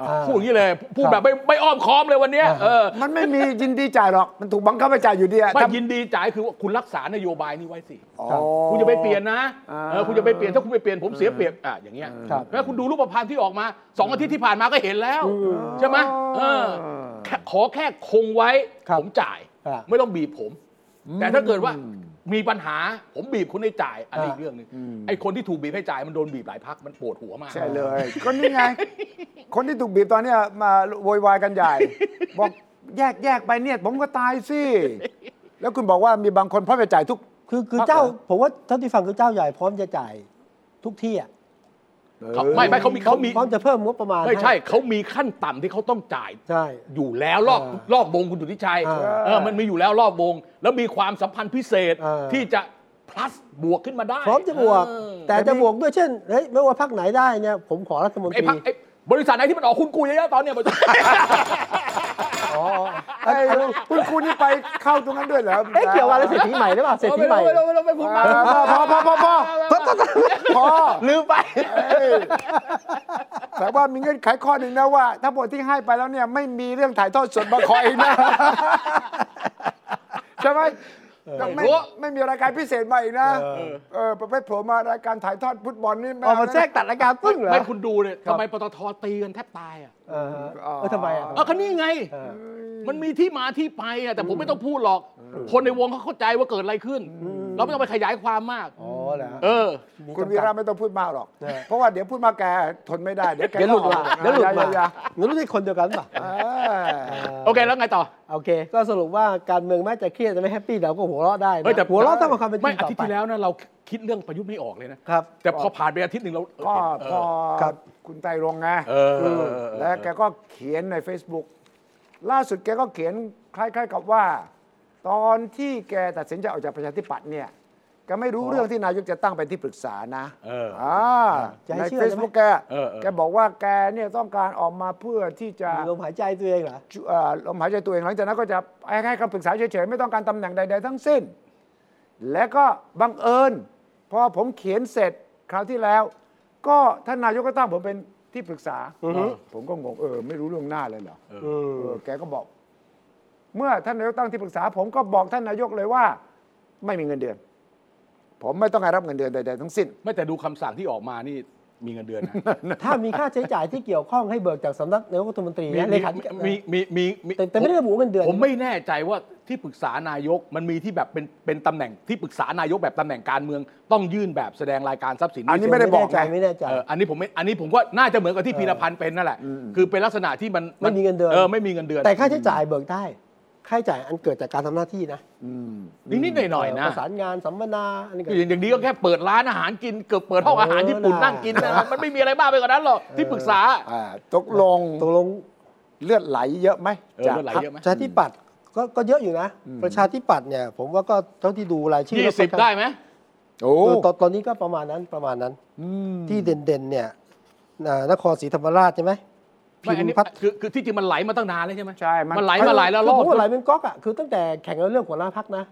A: อ่า
B: พูดอย่างนี้เลย พูด
A: ครับ
B: แบบไม่ไม่อ้อมค้อมเลยวันเนี้ย
A: อ่า
B: เออ
C: มันไม่มียินดีจ่ายหรอก มันถูกบังคับให้จ่ายอยู่ดีอะ
B: ไม่
C: ถ้า
B: ยินดีจ่ายคือว่าคุณรักษานโยบายนี้ไว้สิ
C: อ๋อ
B: คุณจะไปเปลี่ยนนะ
C: อ่า
B: เออคุณจะไปเปลี่ยนถ้าคุณไปเปลี่ยนผมเสียเปรียบอ่ะอย่างเงี้ย
A: ครับ
B: แล้วคุณดูรูปพรรณที่ออกมาสองอาทิตย์ที่ผ่านมาก็เห็นแล้ว ใช่ไหมเออแค่ขอแค่คงไว้
A: ครับ
B: ผมจ่าย
A: อ่า
B: ไม่ต้องบีบผม แต่ถ้าเกิดว่ามีปัญหาผมบีบคุณให้จ่ายอันนี้อีกเรื่องหนึงไอ้คนที่ถูกบีบให้จ่ายมันโดนบีบหลายพักมันปวดหัวมาก
C: ใช่เลย ก็นี่ไง คนที่ถูกบีบตอนเนี้ยมาโวยวายกันใหญ่ บอกแยกแยกไปเนี่ย ผมก็ตายสิ แล้วคุณบอกว่ามีบางคนพร้อมจะจ่ายทุก
A: คือคือ
C: ครับ
A: เจ้า
C: เหรอ
A: ผมว่าเท่าที่ฟังคือเจ้าใหญ่พร้อมจะจ่ายทุกที่อ่ะ
B: เขาไม่ไม่เขามีเขามี
A: พร้อมจะเพิ่มงบประมาณ
B: ไม่ใช่
A: ห้
B: เขามีขั้นต่ำที่เขาต้องจ่าย
A: ใช่
B: อยู่แล้วรอบ
A: อ่าร
B: อบวงคุณสุทธิชัย
A: อ่า
B: เออมันมีอยู่แล้วรอบวง แล้วมีความสัมพันธ์พิเศษ
A: อ่า
B: ที่จะ plus บวกขึ้นมาได้
A: พร้อมจะบวก
B: เออ
A: แต่จะบวกด้วยเช่นเฮ้ยไม่ว่าพักไหนได้เนี่ยผมขอรัฐมนต
B: ไอ้
A: รี
B: พักไอ้บริษัทไหนที่มันออกคุณกูเยอะๆตอนเนี้ยมัน
A: อ๋อ
C: ไอ้คุณคุณนี่ไปเข้าตรงนั้นด้วยเหรอ
A: เอ๊ะเกี่ยวกับอะไรเศรษฐีใหม่หรือเปล่าเศรษฐีใหม่
B: ไม่ต้องไม่ต้องไม่ต้องไม่พูด
C: พ
B: มาก
C: อพอพอพอพอพอพอพอ
A: ลืมไป
C: เอ้ยแต่ว่ามีเงื่อนไขข้อหนึ่งนะว่า ถ้าบทที่ให้ไปแล้วเนี่ยไม่มีเรื่องถ่ายทอดสดมาคอยอีกนะใช่ไหมแต่ไม่
B: ไม่รู้
C: ไม่มีรายการพิเศษมาอีกนะ
A: เออ
C: เออประเภทโผล่มารายการถ่ายทอดฟุตบอลนี่
A: ออกมาแทรก
C: ไ
A: ตัดรายการปึ้งเหรอ
B: ไม่คุณดูเนี่ย
A: ครับ
B: ทำไมปตทตีกันแทบตายอ่ะ
A: เออเออทำไมอ่ะ
B: เอาก็นี่ไง
A: เออ
B: มันมีที่มาที่ไปอ่ะแต่ผมไม่ต้องพูดหรอก คนในวงเขาเข้าใจว่าเกิดอะไรขึ้น เราไม่ต้องไปขยายความมาก
A: อ๋อเหรอ
B: เออ
A: มี
C: คุณ
A: จำกัด
C: วีระไม่ต้องพูดมากหรอก
A: เออ
C: เพราะว่าเดี๋ยวพูดมากแกทนไม่ได้ เดี๋ยวแก
A: เดี๋ยวหลุดมาเดี๋ยวหลุดมา
C: อย่อย่อย่
A: หนูรู้สึกคนเดียวกันป่ะ
C: เออ
B: โอเคแล้วไงต่อ
A: โอเค ก็สรุปว่าการเมืองแม้จะเครียดจะไม่แฮปปี้เราก็หัวเราะได้นะ
B: เฮ้ยแต่
A: หัวเราะต้องมาความเป็นจ
B: ไม่
A: ริง
B: อา
A: ต่อ
B: ทิตย์
A: ไป
B: ที่แล้วนะเราคิดเรื่องประยุทธ์ไม่ออกเลยนะ
A: ครับ
B: แต่พอผ่านไปอาทิตย์หนึ่งเรา
C: ก็พอ
A: ครับ
C: คุณไตรรงค์ไง
B: เออเออเออเออ
C: แล้วแกก็เขียนใน Facebook ล่าสุดแกก็เขียนคล้าย ๆ กับว่า ตอนที่แกตัดสินใจออกจากประชาธิปัตย์เนี่ยแกไม่รู้เรื่องที่นายกจะตั้งเป็นที่ปรึกษานะ
B: เออ
C: อ่า
A: จะให้
C: ใน
A: เชื่อ
C: Facebook แก
B: เออเออ
C: แกบอกว่าแกเนี่ยต้องการออกมาเพื่อที่จะ
A: มีลมหายใจตัวเองเหรอ
C: เอ่อลมหายใจตัวเองหลังจากนั้นก็จะให้คำปรึกษาเฉยๆไม่ต้องการตำแหน่งใดๆทั้งสิ้น และก็บังเอิญพอผมเขียนเสร็จคราวที่แล้ว ก็ท่านนายกก็ตั้งผมเป็นที่ปรึกษา
A: อือฮึ
C: ผมก็งงเออไม่รู้เรื่องหน้าเลยเหรอ
A: อืม
C: เออแกก็บอก เมื่อท่านนายกตั้งที่ปรึกษา ผมก็บอกท่านนายกเลยว่า ไม่มีเงินเดือน ผมไม่ต้องการรับเงินเดือนใดๆทั้งสิ้น
B: ไม่แต่ดูคำสั่งที่ออกมานี่ มีเงินเดือนนะ
A: ถ้ามีค่าใช้จ่ายที่เกี่ยวข้องให้เบิกจากสำนักนายก รัฐมนตรี
B: มี
A: นะเลขาธิการ
B: มีมีมีมี
A: แต่แต่ไม่ได้ระบุเงินเดือน
B: ผมไม่แน่ใจว่าที่ปรึกษานายกมันมีที่แบบเป็นเป็นตำแหน่งที่ปรึกษานายกแบบตำแหน่งการเมือง ต้องยื่นแบบแสดงรายการทรัพย์สิน
C: อันนี้ไม่ได้บอก
A: ใจ
C: นะ
A: ไม่แน่ใจ
B: เอออันนี้ผมไม่อันนี้ผมว่าน่าจะเหมือนกับที่พีรพันธ์เป็นนั่นแหละ คือเป็นลักษณะที่มัน
A: ไม่มีเงินเดือน
B: เออไม่มีเงินเดือน
A: แต่ค่าใช้จ่ายเบิกได้ ค่าใช้จ่ายอันเกิดจากการทำหน้าที่นะ
B: นิดนิดๆหน่อยหน่อยๆนะ
A: ประสานงานสัมมนาอะไรก็
B: คืออย่างอย่างนี้ก็แค่เปิดร้านอาหารกินเกือบเปิดห้องอาหารญี่ปุ่น
A: เออ
B: นั่งกินนะมันไม่มีอะไรมากไปกว่านั้นหรอกที่ปรึกษา
C: อ่าตกลง
A: ตกลง
C: เลือดไหลเยอะไหม
B: เออ
C: จาก
B: เลือดไหล
C: พรรค
B: เยอะไหม
A: ประชาธิปัตย์ก็ก็เยอะอยู่นะ ประชาธิปัตย์เนี่ยผมว่าก็เท่าที่ดูรายชื่อ
B: ยี่สิบได้ไหม
C: โอ้
A: เออตอนตอนนี้ก็ประมาณนั้นประมาณนั้น ที่เด่นๆเนี่ยอ่านครศรีธรรมราชใช่ไหม
B: ไม่อัน
A: พิม
B: นี้
A: พ์พัฒน์
B: คือคือที่จริงมันไหลมาตั้งนานแล้วใช่ไหม
C: ใช่มัน
B: มันไหลมาหลายแล้วร
A: คือ ผ
B: บ
A: มว่าไหลเป็นก๊อกอ่ะคือตั้งแต่แข่งกันเรื่องหัวหน้าพักนะ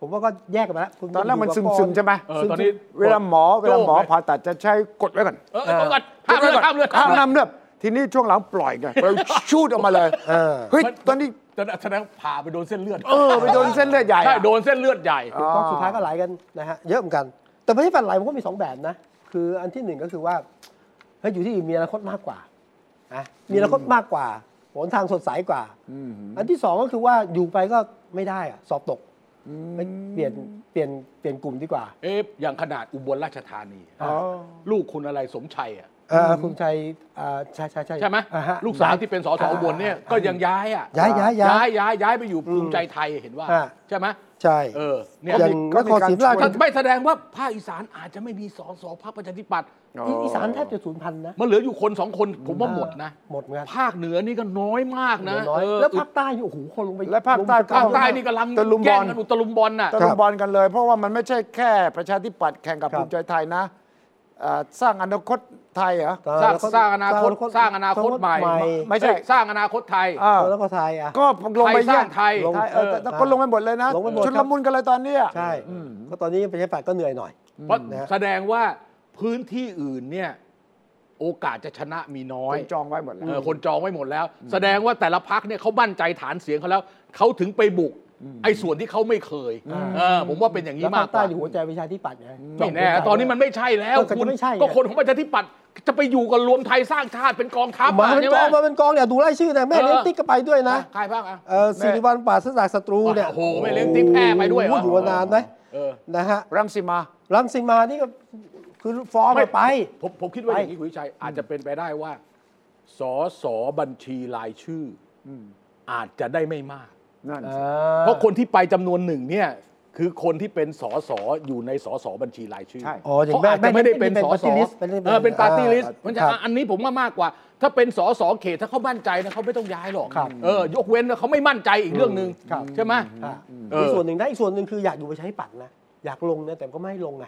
A: ผมว่าก็แยกกันไปแล้วคุณ
C: ตอนแรกมัน
A: ยู่
C: ซึม
A: กับ
C: ซึมๆใช่ไหม
B: เออตอนนี้
C: เวลาหมอเวลาหมอผ่าตัดจะใช้กดไว้ก่อน
B: เออเอาก่อนห้ามเลือดห้ามเลือดห้ามเลือด
C: น้ำเลือดทีนี้ช่วงหลังปล่อยไงเราชูดออกมาเลย
A: เออ
C: เฮ้ยตอนนี้
B: จะแสดงผ่าไปโดนเส้นเลือด
C: เออไปโดนเส้นเลือดใหญ่อะ
B: ใช่โดนเส้นเลือดใหญ่
A: ถูกต้องสุดท้ายก็ไหลกันนะฮะเยอะเหมือนกัน แต่ประเทศฝันไหลมันก็มีสองแบบนะ คืออันที่หนึ่งก็คือว่าเฮ้ยอยู่ที่อื่นมีอนาคตมากกว่านะมีอนาคตมากกว่าหนทางสดใสกว่า อันที่สองก็คือว่าอยู่ไปก็ไม่ได้อะสอบตกไม่เปลี่ยนเปลี่ยนเปลี่ยนกลุ่มดีกว่า
B: เอ๊ะอย่างขนาดอุบลราชธานี
C: อ๋อ
B: ลูกคุณอะไรสมชัยอ่ะ
A: เอ่อคุณชัยอ่าใช่ใช่ใช่
B: ใช่ไหม
A: อ่ฮะ
B: ลูกสาวที่เป็นสสอุบลเนี่ยก็ยังย้ายอ่ะ
A: ย้ายย้ายย้าย
B: ย้ายย้ายย้ายไปอยู่ภูมิใจไทยเห็นว่า
A: อ่า
B: ใช่ไหม
A: ใช่
B: เออเนี่ย
A: อย่าง
C: ก็
A: น
C: มี
A: ครศรีธรรมราช
C: ก
B: ถ้าร ไม่แสดงว่าภาคอีสานอาจจะไม่มีสสภาคประชาธิปัตย์
A: อีอีสานแทบจะสูญพันธุ์นะ
B: มันเหลืออยู่คนสองคนผมว่าหมดนะ
A: หมดเหมือนกัน
B: ภาคเหนือนี่ก็น้อยมากนะ
A: น้อย
B: เออ
A: แล้วภาคใต้นี่โอ้โหคนลงไป
C: และภาคใต้
A: ลงไป
B: ภาคใต้นี่กำลัง
C: ตะลุมบอล
B: แย่งกันอุตลุมบอลน่ะ
C: ตะลุมบอลกันเลย เพราะว่ามันไม่ใช่แค่ประชาธิปัตย์แข่งกับภูมิใจไทยนะเอ่อสร้างอนาคตไทยเหรอ
B: สร้างสร้างอนาคตสร้างอนาคตใหม่
C: ไม่ใช่
B: เอ้ยสร้างอนาคตไทย
C: อ่า
A: แล้วก็ไทยอ่ะ
C: ก็ลงไป
B: ไทยสร้างไทย
C: แงเออแต่
B: เออ
C: แต่ก็ลงไปหมดเลยนะ
A: ลงไปหมดครับ
C: ชุดละมุนกันเลยตอนเนี้ย
A: ใช่ก็ตอนนี้ประชาธิปัตย์ก็เหนื่อยหน่อย
B: เพราะ
A: นะฮะ
B: แสดงว่าพื้นที่อื่นเนี่ยโอกาสจะชนะมีน้อย
C: คนจองไว้หมดแล้ว
B: เออคนจองไว้หมดแล้ว แสดงว่าแต่ละพักเนี่ยเขามั่นใจฐานเสียงเขาแล้วเขาถึงไปบุกไอ้ส่วนที่เขาไม่เคยเออผมว่าเป็นอย่างนี้
A: แล้ว
B: มา
A: ภาก ค
B: ก
A: ใต้อ
B: ว่า
A: ยู่หัวใจประชาธิปัตย์ไง
B: ไม่แน่ตอนนี้มันไม่ใช่แล้ว
A: ก็
B: คุณ
A: ไม่ใช่ไง
B: ก็คนของประชาธิปัตย์จะไปอยู่กับรวมไทยสร้างชาติเป็นกองทัพ
A: มา
B: อะ
A: เป็น
B: ใช่
A: ก
B: ไหม
A: องมาเป็นกองเนี่ยดูไล่ชื่อนะแม่
B: เออ
A: เลี้ยงติ๊กก็ไปด้วยนะ
B: นะใครบ้างอ่ะ
A: เอ่อสิริวัลป่าศจากศัตรูเนี่ย
B: โอ้โหแม่เลี้ยงติ๊กแพร่ไปด้วยเหรอ
A: โโหอยู่มานานไหม
B: เออ
A: นะฮะ
C: รังสีมา
A: รังสิมานี่ก็คือฟ้องไป
B: ผมผมคิดว่า
A: ไป
B: อย่างนี้คุณวิชัยอาจจะเป็นไปได้ว่าสอสอบัญชีรายชื่อออาจจะได้ไม่มาก
C: นั่น
A: เอ
C: สิ
A: อ
B: เพราะคนที่ไปจำนวนหนึ่งเนี่ยคือคนที่เป็นสอสออยู่ในสอสอบัญชีรายชื่อ
C: ใช่
A: อ๋ออย่าง
B: เขา
A: แม่
B: อาจจะไม่ได้เป็นสอสอเออเป็นปาร์ตี้ลิสต์มันจะ
A: ครับ
B: อันนี้ผมว่ามากกว่า ถ้าเป็นสอสอเขตถ้าเขามั่นใจนะเขาไม่ต้องย้ายหรอก
A: ครับ
B: เออยกเว้นว่าเขาไม่มั่นใจอีกเรื่องหนึ่ง
A: ครับ
B: ใช่ไหม
A: อ่ะ
B: เออ
A: มีส่วนหนึ่งนะอีกส่วนหนึ่งคืออยากอยู่ประชาธิปัตย์นะอยากลงนะแต่ก็ไม่ให้ลงไง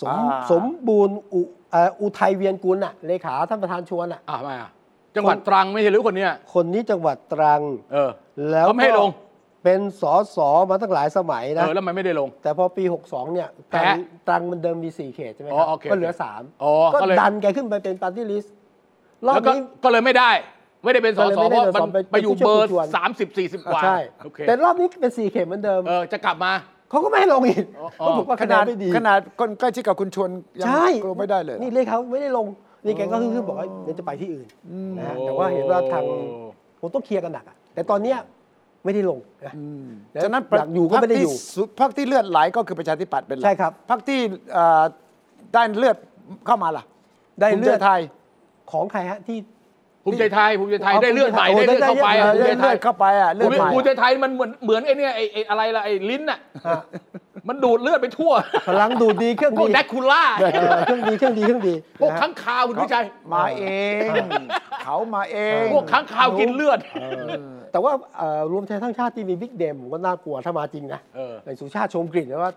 A: สม
C: อ่า
A: สมบูรณ์อุเอ่ออุทัยเวียนกุลน่ะเลขาท่านประธานชวนน่ะ
B: อ่ามาอ่ะจังหวัดตรังไม่ใช่หรือคนเนี้ย
A: คนนี้จังหวัดตรัง
B: เออ
A: แล้วก็
B: เขาไม่ให้ลง
A: เป็นสอสอมาตั้งหลายสมัย
B: เอ
A: นะ
B: อแล้วมันไม่ได้ลง
A: แต่พอปี 62 เนี่ย
B: แพ้
A: ตรังตรังมันเดิมมี 4 เขตใช่ไหมค
B: อ๋
A: รั
B: อโอเค
A: ก็เหลือ
B: โอเคอ๋อ
A: 3 ก็
B: ก็เลย
A: ดันแกขึ้นไปเป็นปาร์ตี้ลิสต์รอบ
B: แล้วก็
A: นี้
B: ก็เลยไม่ได้ ไม่ได้เป็นส
A: ก็
B: อ
A: เลย
B: สอ
A: ไม่ได้
B: เพราะ
A: เป็น
B: มั
A: สอ
B: น
A: เป็น
B: ไปอยู่เบอร์
A: ผู้ช่วย
B: สามสิบสี่สิบกว่า
A: ใช่
B: โอเค
A: แต่รอบนี้เป็น 4 เขตเหมือนเดิม
B: เออจะกลับมา
A: เขาก็ไม่ให้ลงอีก
B: อ๋อ
A: เขาบอกว่า
C: ข
A: คะแน
C: นาด
A: นไม่ดี
C: ขนาดคนใกล้ชิดกับคุณชวนยั
A: ใช่
C: ลงไม่ได้เลย
A: นี่เลขเขาไม่ได้ลง นี่แกก็คือบอกว่าเดี๋ยวจะไปที่อื่นนะฮะแต่ว่าเห็นว่าทางผมต้องเคลียร์กันหนักอะแต่ตอนเนี้ยไม่ได้ลงนะ
C: ฉะนั้น
A: อยากอยู่ก็ไม่ได้อยู่
C: พรรคที่สุพรรคที่เลือดไหลก็คือประชาธิปัตย์เป็นหลัก
A: ใช่ครับ
C: พรรคที่เอ่อได้เลือดเข้ามาล่ะ
A: ได้
C: ภูมิ
A: เลื
C: ใจ
A: อด
C: ไทย
A: ของใครฮะที่
B: ภูมิใจไทยภูมิใจไทย
A: เอา
B: ได้เลือดใหม่
A: ภูมิ
B: ได้
A: ใจ
B: เลือดเข้าไป
A: ไทย
B: อ่ะภูมิ
C: ได้
B: ใจไท
C: เลือยดเข้าไปอ่ะเลื
B: ภู
C: อด
B: มิ
C: ใหม่
B: ภูมิใจไทยมันเหมือนเหมือนไอ้เนี่ยไอ้ไอ้อะไรล่ะไอ้ลิ้นน่ะมันดูดเลือดไปทั่ว
A: พลังดูดดีเครื่อง
B: พว
A: ดี
B: กแดกคูล่า
A: เออเครื่องดีเครื่องดีเครื่องดี
B: พวก
A: นะฮะ
B: ข้างคาวคุณวิชัย
C: มาเอง เขามาเอง
B: พวกข้างคาวกินเลือด
A: แต่ว่าเอ่อรวมไทยทั้างชาติที่มีบิ๊กเดมผมก็น่ากลัวถ้ามาจริงนะ
B: เออ
A: ในสุชาติชมกลิ่นนะว่า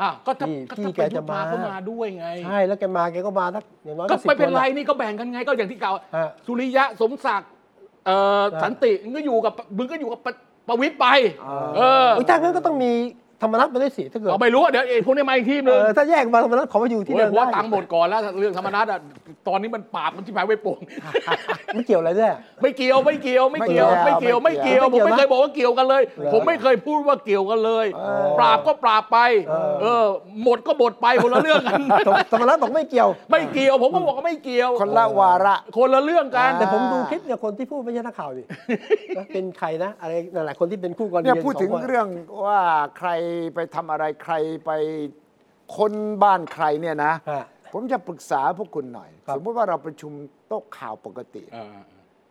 B: อ่ะก็ถ้า
A: ที่
B: ก็
A: ที่
B: ถ้า
A: แก
B: ประยุท
A: จะ
B: ธ์
A: มา
B: มาก็มาด้วยไง
A: ใช่แล้วแกมาแกก็มาสักอย่างน้อย
B: ก็
A: สิบ
B: ไม่เป็นไร
A: ค
B: นี่ก็แบ่งกันไงก็อย่างที่เก่า
A: ฮะ
B: สุริยะสมศักดิ์เอ่อ
A: ฮะ
B: สันติมึงก็อยู่กับมึงก็อยู่กับประประวิตยไป เออ
A: อะอุ๊ยถ้างั้นก็ต้องมีธ ธรรมนัตไม่ได้เสียถ้าเกิด
B: เราไม่รู้อะเดี๋ยวไอ้พวกนี้มาอีกทีมห
A: เอ
B: นึง
A: อถ้าแยกมาธรรมนัตขอมาอยู่ที่
B: โอ้
A: เดิ
B: ย
A: ม
B: หัว
A: ได้
B: ตังค์หมดก่อนแล้วเรื่องธรรมนัตอะตอนนี้มันปราบมันที่หายไปโป่ง
A: ไม่เกี่ยวอะไรด้วย
B: ไม่เกี่ยวไม่เกี่ยวไม่เกี่ยว
C: ไม่
B: ไม่
C: เกี่
B: เกี่
C: ย
B: ยว ว
C: ไม่
B: ไม่
C: เกี่
B: เกี่
C: ย
B: ยว ว ผมไม่เคยบอกว่าเกี่ยวกันเลย
A: เหรอ
B: ผมไม่เคยพูดว่าเกี่ยวกันเลย
A: อ
B: ปราบก็ปราบไป เออ หมดก็หมดไปคนละเรื่องกัน
A: ธรรมนัตบอกไม่เกี่ยว
B: ไม่เกี่ยว ผมก็บอกว่าไม่เกี่ยว
C: คนละวาระ
B: คนละเรื่องกัน
A: แต่ผมดูคลิปเนี่ยคนที่พูดไม่ใช่นักข่าวนี่ นะเป็นใครนะอะไรนั่นแหละคนที่เป็นคู่กรณี
C: เนี่ยพูดถึง
A: สคน
C: เรื่องว่าใครไปทำอะไรใครไปคนบ้านใครเนี่ยนะ
A: ฮะ
C: ผมจะปรึกษาพวกคุณหน่อย
A: ครับ
C: สมมติว่าเราประชุมโต๊ะข่าวปกติ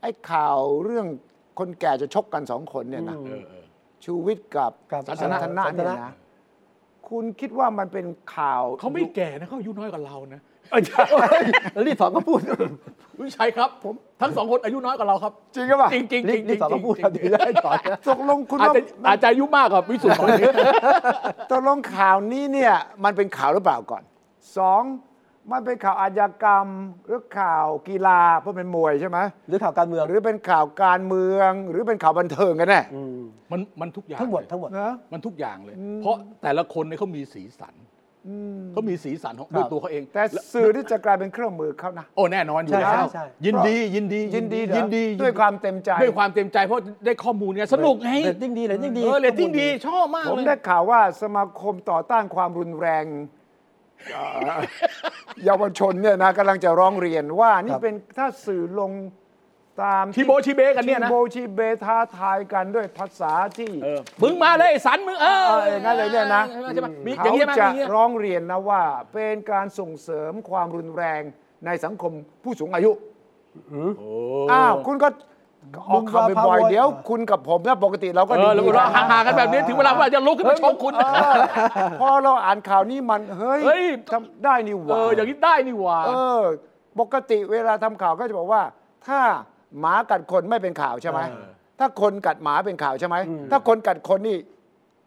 C: ไอ้ข่าวเรื่องคนแก่จะชกกันสองคนเนี่ยนะชูวิทย์กับ
A: ครับ
C: สันทนะ
A: สันทนะ
C: เนี่ยนะ คุณคิดว่ามันเป็นข่าว
B: เขาไม่แก่นะเขาอายุน้อยกว่าเรานะ
A: แล้วรีบถอนก็พูด
B: วิชัยครับผมทั้งสองคนอายุน้อยกว่าเราครับ
C: จริงหรือเปล่า
B: จริงจริง
A: รี
B: จ
A: บ
B: ริ
A: รี
B: ง
A: บถอนก็พูดครับเดียวจะได้ถอนนะ
C: ตกลงคุณ
B: อาจ
C: ว่า
B: จะอาจจะอายุมากกว่าวิสุทธิ์คนนี้
C: ตกลงข่าวนี้เนี่ยมันเป็นข่าวหรือเปล่าก่อนสองมันเป็นข่าวอาชญากรรมหรือข่าวกีฬาเพราะเป็นมวยใช่ไหม
A: หรือข่าวการเมือง
C: หรือเป็นข่าวการเมืองหรือเป็นข่าวบันเทิงกันแน่
A: ม
B: มันมันทุกอย่าง
A: ทั้งหมด
B: เลย
A: ทั้งหมด
C: นะ
B: มันทุกอย่างเลย เพราะแต่ละคนเนี่ยเขามีสีสันเขามีสีสันของด้วยตัวเขาเอง
C: แต่สื่อที่จะกลายเป็นเครื่องมือเขานะ
B: โอ้แน่นอนอยู่
A: ใช่
B: แล้ว
A: ใช่ใช่
B: ยินดียินดี
C: ยินดีเหรอ
B: ยินดี
C: ด้วยความเต็มใจ
B: ด้วยความเต็มใจเพราะได้ข้อมูลไงสนุกไง
A: เรตติ้งดีเรตติ้งดี
B: เออเรตติ้งดีชอบมาก
C: ผม
B: เลย
C: ได้ข่าวว่าสมาคมต่อต้านความรุนแรงเอ่อเยาวชนเนี่ยนะกำลังจะร้องเรียนว่านี่เป็นถ้าสื่อลงตาม
B: ทีโบชิเบกันเนี่ย
C: ที่
B: นะ
C: โบชิเบท้าทายกันด้วยภาษาที่
B: เออมึงมาเลยไอ้สันมึงเออ
C: เอออย่างนั้นเลยเนี่ยนะ
B: ใช่ไหมใช่ไหมมีอย่า
C: เขา
B: งนี้ยไหม
C: จะ
B: มีอย่างเงี้ย
C: ร้องเรียนนะว่า เป็นการส่งเสริมความรุนแรงในสังคมผู้สูงอายุ
B: โอ้
C: อ้าวคุณก็ออกข่าวบ่อยๆเดี๋ยว คุณกับผมนะปกติเราก็
B: เอ
C: ดี
B: อแล้ว
C: ๆ
B: ก็
C: นะ
B: ห่างๆกันแบบนี้ถึงเวลาว่าจะลุกขึ้นมาชกคุณ
C: เออพอเราอ่านข่าวนี้มันเฮ้ย
B: เฮ้ย
C: ทำได้นี่ห
B: เอ
C: ว่า
B: ออย่างนี้ได้นี่หว่า
C: เออ ปกติเวลาทำข่าวก็จะบอกว่า ถ้าหมากัดคนไม่เป็นข่าวใช่ไหมถ้าคนกัดหมาเป็นข่าวใช่ไหมถ้าคนกัดคนนี่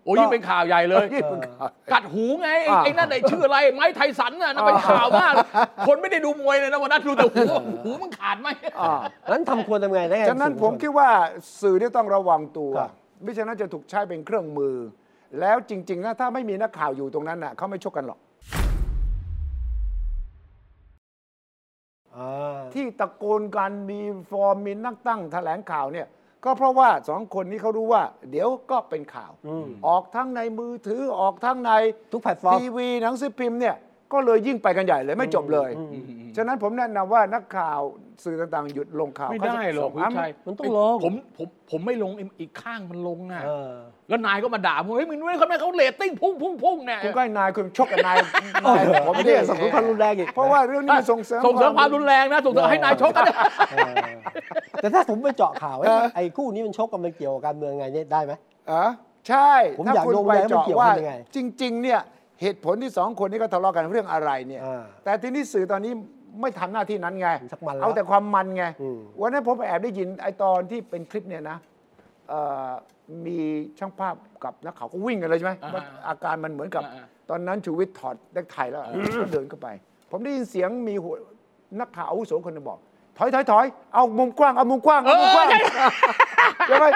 B: โอ้ยิ่งเป็นข่าวใหญ่เลย
C: นี่เป็นข่าว
B: กัดหูไงไอ้
C: อ่า
B: ไอ้นั่นไอ้ชื่ออะไรไม้ไทสันน่ะนะเป็นข่าวมากเลยคนไม่ได้ดูมวยเลยนะวันนั้นดูแต่หูหูมันขาดไหม
C: อ่า
A: นั้นทำควรทำไงนะ
C: ฉะนั้นผมคิดว่าสื่อเนี่ยต้องระวังตัว
A: ครับ
C: ไม่ฉะนั้นจะถูกใช้เป็นเครื่องมือ แล้วจริงๆนะถ้าไม่มีนักข่าวอยู่ตรงนั้นน่ะเขาไม่ชกกันหรอก
A: อ่า
C: ที่ตะโกนกันมีฟอร์มมีนักตั้งแถลงข่าวเนี่ยก็เพราะว่าสองคนนี้เขารู้ว่า เดี๋ยวก็เป็นข่าว
A: อืม
C: ออกทั้งในมือถือออกทั้งใน
A: ทุกแพลตฟอร์ม
C: ทีวีหนังสือพิมพ์เนี่ยก็เลยยิ่งไปกันใหญ่เลยไม่จบเลย ฉะนั้นผมแนะนำว่านักข่าวสื่อต่างๆ หยุดลงข่าว
B: ไม่ได้หรอกคุ
C: เขา
B: ณ
C: จะส่ง
B: ชัย
A: มันต้องลง
B: ผมผมผมไม่ลงไอ้อีกข้างมันลงอ่ะ
A: เออ
B: แล้วนายก็มาด่าผมเฮ้ยมึงไม่เขาไม่เขาเลตติ้งพุ่งพุ่งพุ่งเนี่ย
C: คุณก็ให้นายคุณชกกับนายนายผม
A: ไอ้
C: ไม่ได้
A: เนี่ยสำคัญความรุนแรงอีก
C: เพราะว่าเรื่องนี้มันส่งเสริม
B: ส่งเสริมความรุนแรงนะส่งเสริมให้นายชกกัน
A: เออแต่ถ้าผมไปเจาะข่าวไอ้ไอ้คู่นี้มันชกกันมันเกี่ยวกับการเมืองไงเนี่ยได้ไหม
C: อะใช่
A: ผม
C: ถ้า
A: อยาก
C: คุณ
A: รู้
C: ไป
A: ว่ามัน
C: เจาะ
A: เกี่ยว
C: ว่า
A: กันยังไง
C: จริง ๆ เนี่ยเหตุผลที่สองคนนี้ก็ทะเลาะกันเรื่องอะไรเนี่ย
A: อ่า
C: แต่ทีนี้สื่อตอนนี้ไม่ทำหน้าที่นั้นไง
A: สักวันแล้ว
C: เอาแต่ความมันไง
A: อืม
C: วันนั้นผมแอบได้ยินไอตอนที่เป็นคลิปเนี่ยนะเอ่อมีช่างภาพกับนักข่าวก็วิ่งกันเลยใช่ไหมมันอาการมันเหมือนกับ ตอนนั้นชูวิทย์ถอดเล็กไทยแล้วเดินเข้าไป ผมได้ยินเสียงมีหัวนักข่าวอาวุโสคนหนึงบอก ถอยถอยถอยเอามุมกว้างเอามุมกว้างเอามุมกว้างใช่ไหม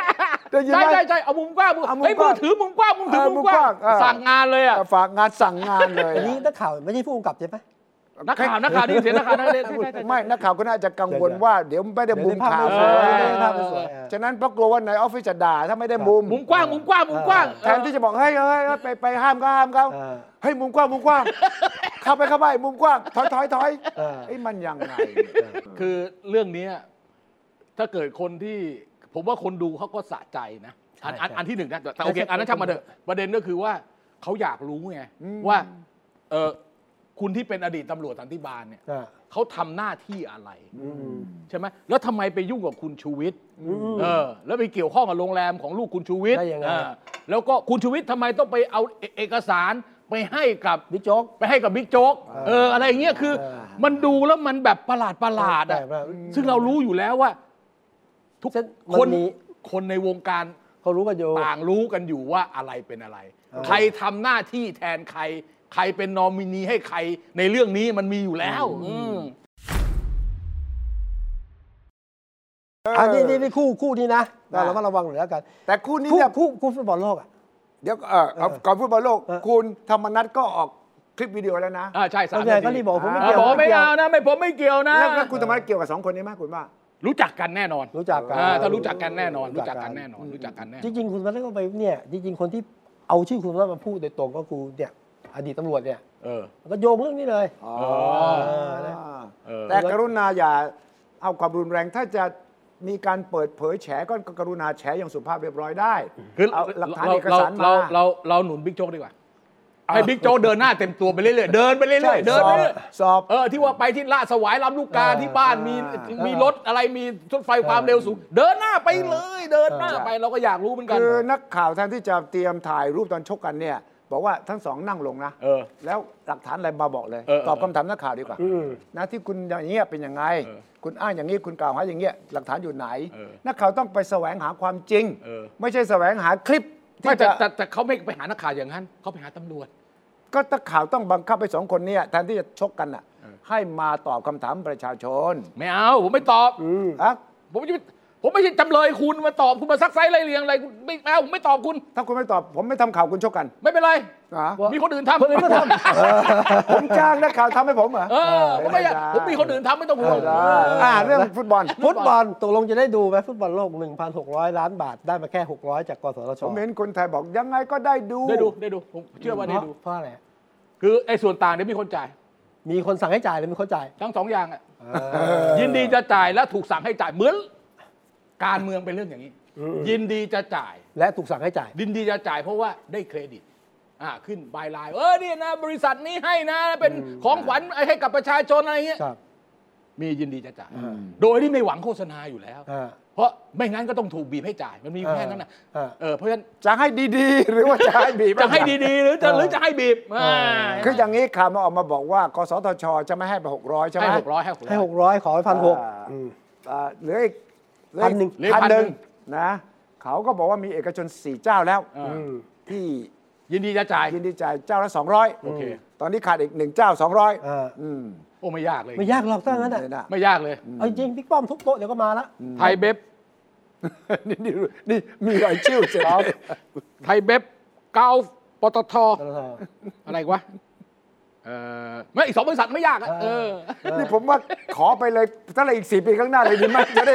C: ได้ยิน
B: ใช่
C: ไหม
B: ใช่ใช่เอามุมกว้างมึง
C: เอามุม
B: เฮ้ย
C: ก
B: มื
C: ว้า
B: อง ถือมุมกว้างมึงถือ
C: เออ
B: มุมกว้าง
C: มุมกว้างเออ
B: สั่งงานเลยอ่ะ
C: ฝากงานสั่งงานเลย
A: อันนี้นักข่าวไม่ใช่ผู้กำกับใช่ไหม
B: นักข่าวนักข่าวนี่เสียงนักข่าวนักเลน
C: ไม่นักข่าวก็น่าจะกังวล
A: เดี๋ยว
C: ว่าเดี๋ยวไม่ได้
A: เดี๋ยว
C: มุ
A: ได้
C: ม
A: ภาพ
C: ข่าว
A: ไม่สว
C: สวย ย
A: ได้ภาพ
B: เอ
A: ไม่
B: อ
A: สวยอ่ะ
C: ฉะนั้นเพราะกลัวว่าในออฟฟิศจะด่าถ้าไม่ได้มุม
B: มุมกว้างมุมกว้างมุมกว้าง
C: แทนที่จะบอกเฮ้ยเฮ้ยเฮ้ยไปไปห้ามก็ห้ามเขา
A: เออ
C: เฮ้ยมุมกว้างมุมกว้างเข้าไปเข้าไปมุมกว้างถอยถอยถอย
A: เออ
C: ไอ้ยมันยังไง
B: คือเรื่องเนี้ยถ้าเกิดคนที่ผมว่าคนดูเขาก็สะใจนะอันอัน
A: ใช่
B: อันที่หนึ่งนะแต่แต่โอเค
A: ใช่ใช่
B: อันนั้นช่างมาเถอะประเด็นก็คือว่าเขาอยากรู้ไงว่าเออคุณที่เป็นอดีตตำรวจสันติบาลเนี่ย
A: อ่ะ
B: เขาทำหน้าที่อะไร
A: อืม
B: ใช่ไหมแล้วทำไมไปยุ่งกับคุณชูวิทย์เออ แล้วไปเกี่ยวข้องกับโรงแรมของลูกคุณชูวิทย์
A: ได้ยังไง
B: เออแล้วก็คุณชูวิทย์ทำไมต้องไปเอาเอเอกสารไปให้กับ
A: บิ๊กโจ๊ก
B: ไปให้กับบิ๊กโจ๊ก เออ อะไรอย่างเงี้ย คือ
A: เออ
B: มันดูแล้วมันแบบประหลาดประหลาดอ่ะ
A: แปลกๆ
B: ซึ่งเรารู้อยู่แล้วว่า ทุก
A: เช่น
B: ค
A: มัน นมี
B: คนในวงการ
A: เขารู้กันอยู่
B: ต่างรู้กันอยู่ว่าอะไรเป็นอะไร ใครทำหน้าที่แทนใคร ใครเป็นนอมินีให้ใคร ในเรื่องนี้มันมีอยู่แล้ว อืม
A: อันนี้นี่นี่คู่คู่นี้นะ
C: นะ
A: เราระมัดระวังหน่อยแล้วกัน
C: แต่คู่นี้
A: คู่
C: เนี่ย
A: คู่คู่ฟุตบอลโลกอ่ะ
C: เดี๋ยวเอ่อเอาก่อนฟุตบอลโลก
A: เออ
C: คุณธรรมนัทก็ออกคลิปวิดีโอแล้วนะ
B: อ่าใช่สาม
A: ตั้งแต่
B: นาที
A: ก็รีบบอกผมไม่
B: อ่า
A: เกี่ยว
B: บอกว่าไม่
A: กี่ยว
B: เอานะไม่ผมไม่เกี่ยวนะ
C: แล้วแล้วคุณธรรมนัทเกี่ยวกับสองคนนี้ไหมคุณว่า
B: รู้จักกันแน่นอน
A: รู้จักกัน
B: อ่าถ้ารู้จักกันแน่นอน รู้จักกันแน่นอนรู้จักกันแน่น
A: จ
B: อน
A: ริง ๆ คุณธรรมนัทก็ไปเนี่ยจริงๆคนที่เอาชื่อคุณธรรมนัทมาพูดโดยตรงก็คือเนี่ยอดีตตำรวจเนี่ย
B: เออ
A: ก็โยงเรื่องนี้เลย
C: อ๋อ
A: เออนะ
B: เออ
C: แต่กรุณาอย่าเอาความรุนแรงถ้าจะมีการเปิดเผยแฉก็กรุณาแฉอย่างสุภาพเรียบร้อยได้
B: คือ
C: เอาหลักฐานเอกสารมา
B: เราเราเราหนุนบิ๊กโจ๊กดีกว่าให้บิ๊กโจ๊กเดินหน้าเต็มตัวไปเรื่อยๆเดินไปเรื่
C: ใช่
B: อยๆเดินไปเรื่อย
C: สอบ
B: เออที่ว่าไปที่ลาดสวายลำลูกกา
A: เออ
B: ที่บ้านมี
C: เออ
B: มีรถอะไรมีรถไฟความเร็วสูง เดินหน้าไปเลย เดินหน้า
A: เออ
B: ไปเราก็อยากรู้เหมือนกัน
C: คือนักข่าวแทนที่จะเตรียมถ่ายรูปตอนชกกันเนี่ย บอกว่าทั้งสองนั่งลงนะ
B: เออ
C: แล้วหลักฐานอะไรมาบอกเลย
B: เออเออ
C: ตอบคำถามนักข่าวดีกว่า
A: อืม
C: นะที่คุณอย่างเงี้ยเป็นยังไง
B: เออ
C: คุณอ้างอย่างนี้คุณกล่าวหาอย่างเงี้ยหลักฐานอยู่ไหน
B: เออ
C: นักข่าวต้องไปแสวงหาความจริง
B: เออ
C: ไม่ใช่แสวงหาคลิป
B: ไม่
C: ที่
B: แต่
C: จะ
B: แต่แต่เขาไม่ไปหานักข่าวอย่างนั้นเขาไปหาตำรวจ
C: ก็ถ้าข่าวต้องบังคับให้สองคนเนี้แทนที่จะชกกันอ่ะ ให้มาตอบคำถามประชาชน
B: ไม่เอาผมไม่ตอบ
C: อะ
B: ผมจะผมไม่ใช่จำเลยคุณมาตอบคุณมาซักไซส์ไรเรียงอะไรคุณไม่เอาผมไม่ตอบคุณ
C: ถ้าคุณไม่ตอบผมไม่ทำข่าวคุณชกกัน
B: ไม่เป็นไร
C: นะ
B: มีคนอื่นทำคนอื่นก็ทำ
C: ผมจ้างนักข่าวทำให้ผมเหรอ
B: เออผมไม่อยากผมมีคนอื่นทำไม่ต้องห่วง
C: ได้อ่าเรื่องฟุตบอล
A: ฟุตบอลตกลงจะได้ดูไหมฟุตบอลโลก 1,600 ล้านบาทได้มาแค่ 600 จากกสทช
C: ผมเห็นคนไทยบอกยังไงก็ได้ดู
B: ได้ดูได้ดูผมเชื่อว่าได้ดู
A: เพราะอะไรฮะ
B: คือไอ้ส่วนต่างเนี่ยมีคนจ่าย
A: มีคนสั่งให้จ่ายหรือมีคนจ่าย
B: ทั้งสองอย่างอ่ะยินดีจะจ่ายและถูกสั่งให้จ่ายเหมือนการเมืองเป็นเรื่องอย่างนี้ ยินดีจะจ่าย
A: และถูกสั่งให้จ่าย
B: ยินดีจะจ่ายเพราะว่าได้เครดิต อ่าขึ้นบายไลน์เออเนี่ยนะ บริษัทนี้ให้นะ เป็นของขวัญให้กับประชาชนอะไรเงี้ย
A: ครับ
B: มียินดีจะจ่าย โดยที่ไม่หวังโฆษณาอยู่แล้ว
A: อ่า
B: เพราะไม่งั้นก็ต้องถูกบีบให้จ่าย มันมีแค่นั้นนะ
A: อ่า
B: เออเพราะฉะนั้น
C: จะให้ดีๆ หรือว่าจะให้บีบ
B: จะให้ดีๆ หรือจะหรือจะให้บีบอ่า
C: คืออย่างนี้ข่าวมาออกมาบอกว่ากสทช จะไม่ให้ไปหกร้อยใช่ไหม
B: ให้หกร้อยให้หกร้อย
A: ให้ 600 ขอไปพันหก
C: อ่าอ่าเหลืออีกเหลือ
A: พั
C: อี
A: น
C: ก
A: หนึ่ง
B: เหลืออีก
C: พันหนึ่ง
B: พันหนึ่
C: นะเขาก็บอกว่ามีเอกชนสี่เจ้าแล้ว
B: อ่า
C: ที่
B: ยินดีจะจ่าย
C: ยินดีจ่ายเจ้าละ 200
B: โอเค
C: ตอนนี้ขาดอีกหนึ่งเจ้า 200
A: อ่า
C: อืม
B: โอ้ไม่ยากเลย
A: ไม่ยากหรอกถ้างั้นอ่ะ
C: เนี่ยนะ
B: ไม่ยากเลย
A: เอาจริงๆบิ๊กป้อมทุบโต๊ะเดี๋ยวก็มาละ
B: ไทยเบฟ
C: นี่นี่นี่มีรายชื่อเสร็จแล้ว
B: ไทยเบฟเกาปตทอะไรวะเออไม่อีกสองบริษัทไม่ยากอะเออ
C: นี่ผมว่าขอไปเลยถ้าอะไรอีก 4 ปีข้างหน้าเลยดีไหมจะได้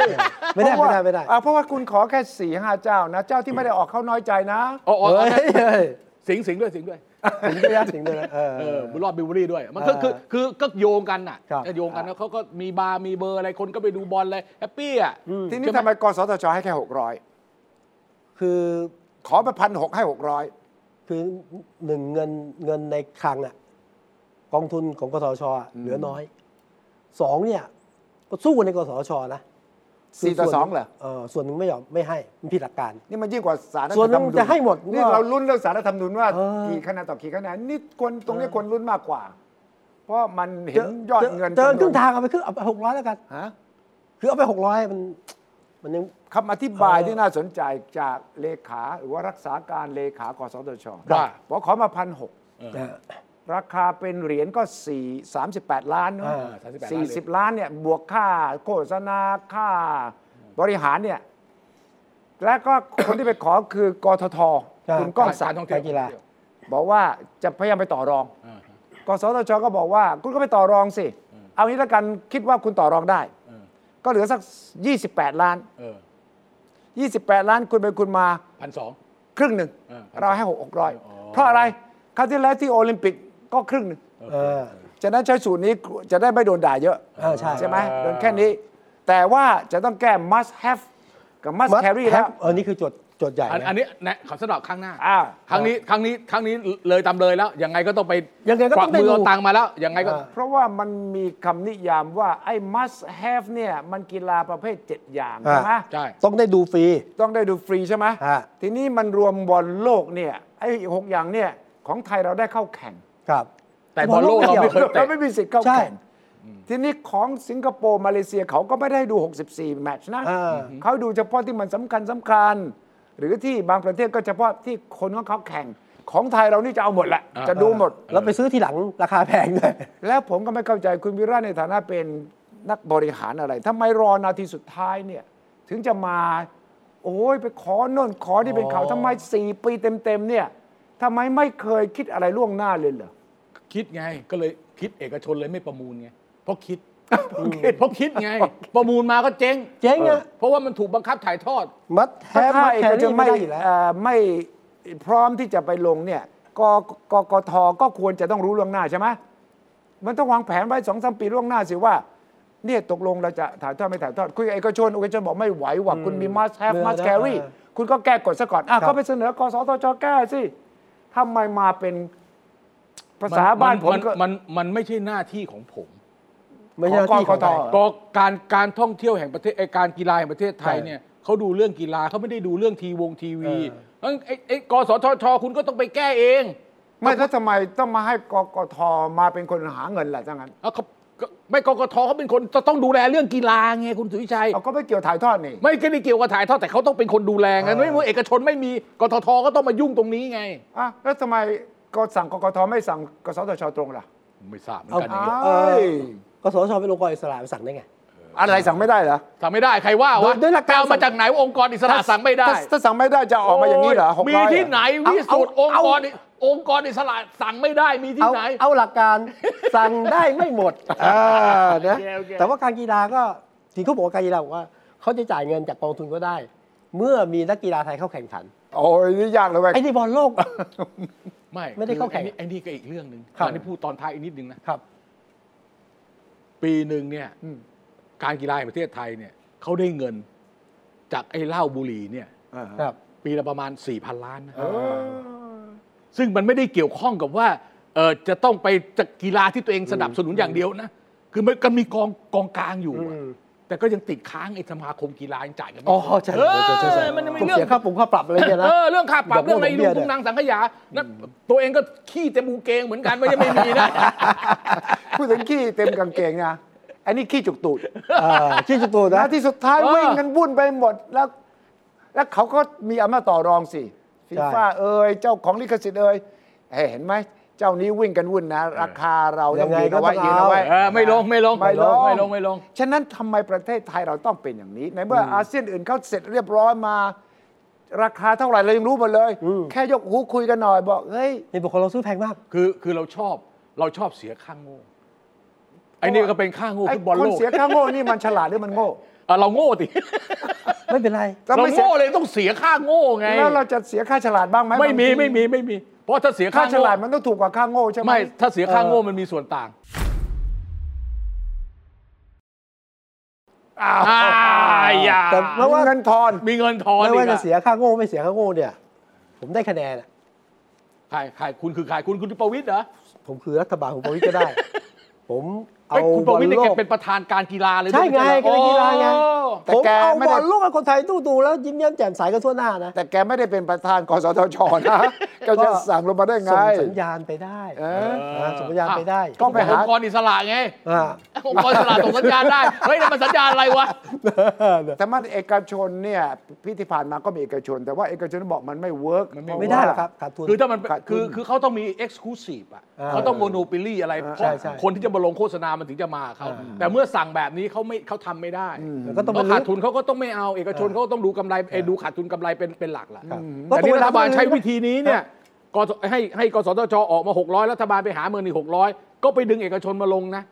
A: ไม่ได้
C: เพราะว่า
A: ไม่ได้ไม่ได้
C: อ่ะเพราะว่าคุณขอแค่4ี่ห้าเจ้านะ เจ้าที่ไม่ได้ออกเข้าน้อยใจนะ
B: อ๋ออ๋อ
A: เฮ้ยเฮ้ย
B: สิงห์สิงห์ด้วยสิงห์ด้วย
A: ถึงจะยากถึงเลยนะเออ
B: เออบุญรอดบิวรี่ด้วย มันก็คือคือคือก็โยงกันน่ะ
A: ครับ
B: ก็โยงกันแล้วเขาก็มีบาร์มีเบอร์อะไรคนก็ไปดูบอลเลยแฮปปี้อ่ะ
C: ที
B: ใช่
C: นี้
B: ไหม
C: ทำไมกสทชให้แค่ 600
A: คือ
C: ขอไปพันหกให้ 600
A: คือหนึ่งเงินเงินในคลังอ่ะกองทุนของกสทชอ่ะเหลือน้อยสองเนี่ย ก็สู้กันในกสทชนะ
C: 4 ต่อ 2 เหรอ
A: เออส่วนหนึ่งไม่ยอมไม่ให้มันผิดหลักการ
C: นี่มันยิ่งกว่าสารรัฐ
A: ส่วนหนึ่
C: ธรง รมนูญ
A: จะให้หมด
C: นี่
A: ว่า
C: เราลุ้นเรื่องสารรัฐธรรมนูญว่า
A: เออ
C: กี่คะแนนต่อกี่คะแนนนี่คนตรงเนี้ยคนลุ้นมากกว่า เพราะมันเห็นยอดเงิน
A: เจอ
C: จำ
A: ค
C: นวน
A: รึ่งทางเอาไปครึ่งเอาไปหกร้อยแล้วกัน
C: ฮะ
A: คือเอาไปหกร้อยมัน มันยัง
C: คำอธิบาย
A: เออ
C: ที่น่าสนใจจากเลขาหรือว่ารักษาการเลขากสทช
B: ว่า
C: บอกขอมาพันหก
A: เออ
C: ราคาเป็นเหรียญก็ 4 38 ล้านเนอะ
A: อ่า
B: 38
C: สี่สิบล้านเนี่ยบวกค่าโฆษณาค่าบริหารเนี่ย และก็คนที่ไปขอคือกททคุณก้องสาร
A: ท่องเที่ยวกีฬา
C: บอกว่าจะพยายามไปต่อรอง
B: อ่าฮะ
C: กสทชก็บอกว่า คุณก็ไปต่อรองสิ เอางี้ละกันคิดว่าคุณต่อรองได้
B: เออ
C: ก็เหลือสัก 28 ล้าน
B: เออ
C: 28 ล้านคุณไปคุณมา
B: พันสอง
C: ครึ่งหนึ่ง
B: เออ
C: เราให้หกหกร้อย
B: อ๋อ
C: เพราะอะไรคราวที่แล้วที่โอลิมปิกก็ครึ่งหนึ่ง
A: เออ
C: จะนั้นใช้สูตรนี้จะได้ไม่โดนด่าเยอะ
A: เออใช่
C: ใช่ไหม
B: เออ
C: โดนแค่นี้ แต่ว่าจะต้องแก้ must have กับ must
A: Must
C: carry
A: have
C: แล้ว
A: เออนี่คือโจทย์โจทย์ใหญ่
B: อัน
A: นะ
B: อันนี้นะขอสำหรับครั้งหน้า
C: อ้าว
B: ครั้งนี้ครั้งนี้ครั้งนี้เลยตามเลยแล้วยังไงก็ต้องไป
A: ยังไงก็
B: กวั
A: ต้อง
B: มื
A: ได้
B: อ
A: ดู
B: เอาตังค์มาแล้วยังไงก็
A: อ่า
C: เพราะว่ามันมีคำนิยามว่า ไอ้ must have เนี่ย มันกีฬาประเภท 7 อย่างใช่ไหม
A: อ่า
B: ใช่
A: ต้องได้ดูฟรี
C: ต้องได้ดูฟรีใช่ไหม
A: ฮะ
C: ทีนี้มันรวมบอลโลกเนี่ย ไอ้หกอย่างเนี่ย ของไทยเราได้เข้าแข่ง
A: ครับ
B: แต่บอลโลกเราไม่เคย
C: เรา
B: เตะ
C: ไม่มีสิทธิ์เข้า
A: ใช่
C: แข่ง ทีนี้ของสิงคโปร์มาเลเซียเขาก็ไม่ได้ดู 64 แมตช์นะ
A: อ่า
C: เขาดูเฉพาะที่มันสำคัญสำคัญ หรือที่บางประเทศก็เฉพาะที่คนของเขาแข่ง ของไทยเรานี่จะเอาหมดแหละ
B: อ่า
C: จะดูหมด
A: แล้วไปซื้อทีหลังราคาแพงด้วย
C: แล้วผมก็ไม่เข้าใจคุณวิระในฐานะเป็นนักบริหารอะไรทำไมรอนาทีสุดท้ายเนี่ย ถึงจะมา โอ้ยไปขอโน่นขอนี่เป็นข่าวทำไมสี่ปีเต็มๆเนี่ยทำไมไม่เคยคิดอะไรล่วงหน้าเลยเหรอ
B: คิดไงก็เลยคิดเอกชนเลยไม่ประมูลไงเพราะคิดเพราะคิดไง ประมูลมาก็เจ๊ง
A: เจ๊งอะ
B: เพราะว่ามันถูกบังคับถ่ายทอด
A: มัดแท้
C: ถ้า
A: มัด
C: เอ
A: แค
C: กช
A: รี่
C: น
A: ไม่
C: ไม่
A: ได้อยู่แล้ว
C: เอ่อไม่พร้อมที่จะไปลงเนี่ยกกกทก็ควรจะต้องรู้ล่วงหน้าใช่ไหมมันต้องวางแผนไว้สองสามปีล่วงหน้าสิว่า เนี่ยตกลงเราจะถ่ายทอดไม่ถ่ายทอด คุยกับเอกชนเอกชนบอกไม่ไหวว่ะคุณมี must have
A: เบื่อ
C: must
A: นะ
C: carry
A: เออ
C: คุณก็แก้กฎซะก่อนอ่ะ
A: ครับ
C: ก็ไปเสนอกสทชแก้สิทำไมมาเป็นภาษาบ้านผม
B: มัน
C: ก็
B: มันมันไม่ใช่หน้าที่ของผม
A: ไม่ใช่หน้าที่ของ
C: กกต
A: ใคร
B: ก็การการท่องเที่ยวแห่งประเทศไอ้การกีฬาแห่งประเทศไทย
A: ใช่
B: เนี่ยเขาดูเรื่องกีฬาเขาไม่ได้ดูเรื่องทีวงทีวี
A: เออ
B: งั้นไอ้ไอ้กสทชคุณก็ต้องไปแก้เอง
C: ไม่แล้วทำไมต้องมาให้กกทมาเป็นคนหาเงินล่ะจังงั้น
B: เอาเขาก็ไม่กกทเขาเป็นคนจะต้องดูแลเรื่องกีฬาไงคุณสุวิชัย
C: เอาก็ไม่เกี่ยวถ่ายทอดนี่
B: ไม่ก็ได้เกี่ยวกับถ่ายทอดแต่เขาต้องเป็นคนดูแลไง
A: เออ
B: ไม่ว่าเอกชนไม่มีกททก็ต้องมายุ่งตรงนี้ไง
C: อ่ะแล้วทำไมก็สั่งกกทไม่สั่งกสทชตรงล่ะ
B: ไม่ทราบเหมือน
A: เอา
B: กัน
C: เ
B: เนี่ย
A: เอ่อ
C: เอ้ย
A: กสชเป็นองค์กรอิสระไปสั่งได้ไง
C: อะไรสั่งไม่ได้เหรอ
B: ทำไม่ได้ใครว่า
A: โด
B: วะ
A: ยด้วยหลักการ
B: ไปเอามาจากไหนว่าองค์กรอิสระสั่งไม่ได้
C: ถ้าถ้าสั่งไม่ได้จะออกมาอย่างนี้เหรอหก
B: มี
C: ร้อย
B: ที่ไหน
A: เอา
B: วิสุทธ์
A: เอา
B: องค์
A: เอา
B: กรอิองค์กรอิสระสั่งไม่ได้มีที่
A: เอา
B: ไหน
A: เอาหลักการ สั่งได้ไม่หมดเออนะ
B: โอเคโอเค
A: แต่ว่าการกีฬาก็ที่เขาบอกว่าการกีฬาบอกว่าเขาจะจ่ายเงินจากกองทุนก็ได้ เมื่อมีนักกีฬาไทยเข้าแข่งขัน
C: โอ้ยนี่ยากเลยเว้ย
A: ไอ้นี่บอลโลก
B: ไม่
A: ไม่ได้เข้าแข่ง
B: คืออ้นี่ไอ้นี่ก็อีกเรื่องหนึ่ง
A: ครับ
B: อันนี้พูดตอนท้ายอีกนิดนึงนะครับ ปีหนึ่งเนี่ย
C: อืม
B: การกีฬาแห่งประเทศไทยเนี่ยเขาได้เงินจากไอ้เหล้าบุหรี่เนี่ย
C: อ่าฮะ
A: ครับ
B: ปีละประมาณ 4,000 ล้านนะ
C: เออ
B: ซึ่งมันไม่ได้เกี่ยวข้องกับว่าเออจะต้องไปจากกีฬาที่ตัวเองสนับสนุนอย่างเดียวนะ คือมันก็มีกองกองกลางอยู่อะ
A: อืม
B: แต่ก็ยังติดค้างไอ้สมาคมกีฬายังจ่ายกันไม่
A: อ๋อ
B: ครบ
A: ใช่
B: เออ
A: ใช่ใช่ใช่
B: มันยังมี
A: ผม
B: เรื่อง
A: เสียค่าปรุงค่าปรับอะไรเนี่ยนะ
B: เออเรื่องค่าปรับ
A: ดอกเบี้
B: เรื่อย งอะ
A: ด
B: ไร
A: อกเบี้ย
B: ลุงทุงนางสังขยานะตัวเองก็ขี้เต็มกูเกงเหมือนกันไม่ใช่ไม่มี นะ
C: พูดถึงขี้เต็มกางเกงนะอันนี้ขี้จุกตูด
A: าที่จุดตูนะ
C: นะที่สุดท้าย
B: เออ
C: วิ่งกันวุ่นไปหมดแล้ว แล้วเขาก็มีอำนาจต่อรองสิฟี
A: ใช่
C: ฟ่าเอ่ยเจ้าของลิขสิทธิ์เอ่ยเอ้ยเห็นไหมเจ้านี้วิ่งกันวุ่นนะ ราคาเราต้องยืนเอาไว้ยืนเอาไว้
B: เออไม่ลงไม่ลง
C: ไม่ลง
B: ไม่ลงไม่ลง
C: ฉะนั้นทำไมประเทศไทยเราต้องเป็นอย่างนี้ ในเมื่ออาเซียนอื่นเขาเสร็จเรียบร้อยมา ราคาเท่าไหร่เรายังรู้หมดเลย
A: อืม
C: แค่ยกหูคุยกันหน่อยบอกเฮ้ย
A: นี่บอกคนเราซื้อแพงมาก
B: คือคือเราชอบเราชอบเสียข้างโง่ไอ้นี่ก็เป็นข้างโง่
C: ไอ้
B: ฟุตบอล
C: ค
B: โล
C: น
B: ก
C: เสียค่าโง่ นี่มันฉลาดหรือมันโง่
B: เออเราโง่ติ
A: ไม่เป็นไร
C: ถ้
B: เรา
C: ไม่เสีย
B: โง่เลยต้องเสียค่าโง่ไง
C: แล้วเราจะเสียค่าฉลาดบ้างไหม
B: ไม่มี
C: บางที
B: ไม่มีไม่มี เพราะถ้าเสีย
C: ค่า
B: ค่า
C: ฉ
B: โง่
C: ลาดมันต้องถูกกว่าค่าโง่ใช่ไหม
B: ไม่ถ้าเสียค่าโง่
A: เออ
B: มันมีส่วนต่าง
C: อ้าว
B: อ่อย่า
A: แต่แล้
C: แล้วว่าเงินทอน
B: มีเงินทอน
A: ไม่
B: อี
A: ว่าก จะ
B: อะ
A: เสียค่าโง่ไม่เสียค่าโง่เนี่ย ผมได้คะแนนอะ
B: ใครใครคุณคือใครคุณคุณประวิตรเหรอ
A: ผมคือรัฐบาลผมประวิตรก็ได้ ผมเอา
B: ไม่คุณ
A: บ
B: ประ
A: อล
B: วิตรเนี่ย
A: โล
B: แก
A: ก
B: เป็นประธานการกีฬาเลย
A: ใช่ไง
B: ม่
A: การกีฬาไง
B: อ๋อ
C: แต่
A: ผม
C: แก
A: เอา
C: ไม่
A: บอ
C: ได้
A: ลโลกกับคนไทยตู้ดูแล้วยิ้มแย้มแจ่มใสกันทั่วหน้านะ
C: แต่แกไม่ได้เป็นประธานกสทชนะแกจะสั่งลงมาได้ไง
A: ส่งสัญญาณไปได้
C: เออ
A: นะส่งสัญญาณไปได้
C: ก็ไปหา
B: องค์กรอิสระไง
A: อ่า
B: องค์กรอิสระส่งสัญญาณได้ เฮ้ยนั่นมันสัญญาณอะไรวะ
C: แต่มันเอกชนเนี่ยพิธีผ่านมาก็มีเอกชน แต่ว่าเอกชนบอกมันไม่เวิร์ก
B: มัน
A: ไม่ได้หรอกครับขาดทุน
B: คือถ้ามันเป็น
C: ขาดทุน
B: คือคือเขาต้องมี exclusive อ่ะ
A: อ่า
B: เขาต้องโมโน p o ลี่อะไรเพ
A: ใช่
B: ราะ
A: ใช่
B: คนที่จะมาลงโฆษณามันถึงจะมาเขา
A: อ่า
B: แต่เมื่อสั่งแบบนี้เขาไม่เขาทำไม่ได้
A: มันก็ต้อง
B: เขา
A: มา
B: ขาด
A: ลุ้น
B: ทุนเขาก็ต้องไม่เอาเอกชน
A: อ่า
B: เขาก็ต้องดูกำไรเอยดูขาดทุนกำไรเป็นเป็นหลักแหละ
A: ครับ
B: แต่นี่
A: แล้วก็
B: รัฐบาลใช้วิธีนี้เนี่
A: ครับ
B: ยกสให้ให้กสทชออกมา 600 รัฐบาลไปหาเมืองหนึ่งหกร้อยก็ไปดึงเอกชนมาลงนะ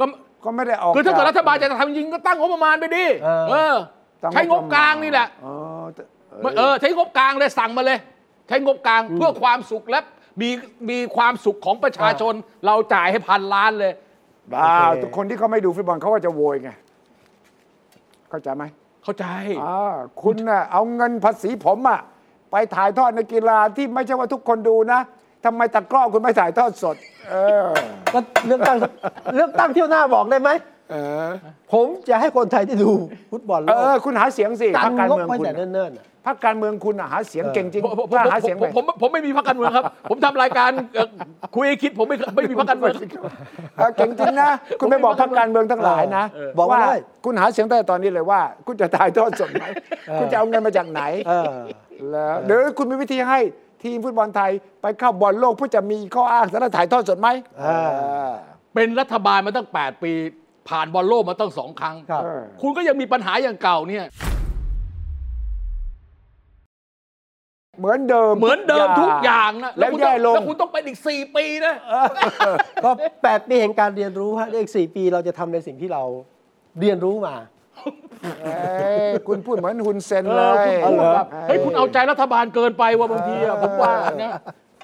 B: ก็
C: ก็ไม่ได้ออก
B: คือถ้าเกิดรัฐบาลจะ
C: จก
B: ทำจริงก็ตั้งงบประมาณไปดิ
A: เออ
B: เออ
C: ตั้
B: ใช้งบกลางนี่แหละ
C: อ๋อแต่
B: เออใช้งบกลางเลยสั่งมาเลย ใช้งบกลางเพื่อความสุขและมีมีความสุขของประชาชนเราจ่ายให้พันล้านเลย
C: บ้า
A: โอเค
C: ทุกคนที่เขาไม่ดูฟุตบอลเขาก็จะโวยไง เข้าใจไหม
B: เข้าใจ
C: อ่าคุณน่ะเอาเงินภาษีผมอะไปถ่ายทอดในกีฬาที่ไม่ใช่ว่าทุกคนดูนะทำไมตะกร้อคุณไม่ถ่ายทอดสด เออ
A: ก็เลือกตั้ง เลือกตั้งเที่ยวหน้าบอกได้ไหม
C: เออ
A: ผมจะให้คนไทยที่ดูฟุตบอลโล
C: เอก อ คุณหาเสียงสิพรรคการ
A: งบ
C: เมือง
A: มา
C: คุณ
A: แต่เนิ่นๆน่ะ
C: พรรคการเมืองคุณน่ะหาเสียงเก่งจริง
B: ผมผมผ
C: กล้าหาเสียง
B: ม
C: ไป
B: ผมผมไม่มีพรรคการเมือง ครับ ผมทำรายการเอ่อคุยไอ้คิดผมไม่เคยไม่มีพรรคการเมือง
C: เออเก่งจริงนะ คุณไปบอกพรรคการเมืองทั้งหลายนะ
A: เออบอกมา
C: ว่า
A: เลย
C: คุณหาเสียงตั้งแต่ตอนนี้เลยว่า คุณจะถ่ายทอดสดไหมคุณจะเอาเงินมาจากไหน
A: เออ
C: แล้วเดี๋ยวคุณมีวิธีให้ทีมฟุตบอลไทยไปเข้าบอลโลกเพื่อจะมีข้ออ้างสารถ่ายทอดสดไหม
A: เออ
C: เออ
B: เป็นรัฐบาลมาตั้ง 8 ปี ผ่านบอลโลกมาตั้งสองครั้ง
A: ครับ
B: คุณก็ยังมีปัญหาอย่างเก่าเนี่ย
C: เหมือนเดิม
B: เหมือนเดิมทุกอย่างนะ
C: แล้ว
B: คุณต้
C: แย่
B: อง
C: ลง
B: แล้วคุณต้องเป็นอีก 4 ปีนะ
A: ก็แปดปีแห่งการเรียนรู้ฮะเลขสี่ปีเราจะทำในสิ่งที่เราเรียนรู้มา
C: เอ้ยคุณพูดเหมือนฮุนเซน
B: เอ
C: เล
B: อคุณ
C: ย
B: พูดแบบ
C: อ้
B: เฮ้ยคุณเอาใจรัฐบาลเกินไปว่ะบางทีอะผมว่านะ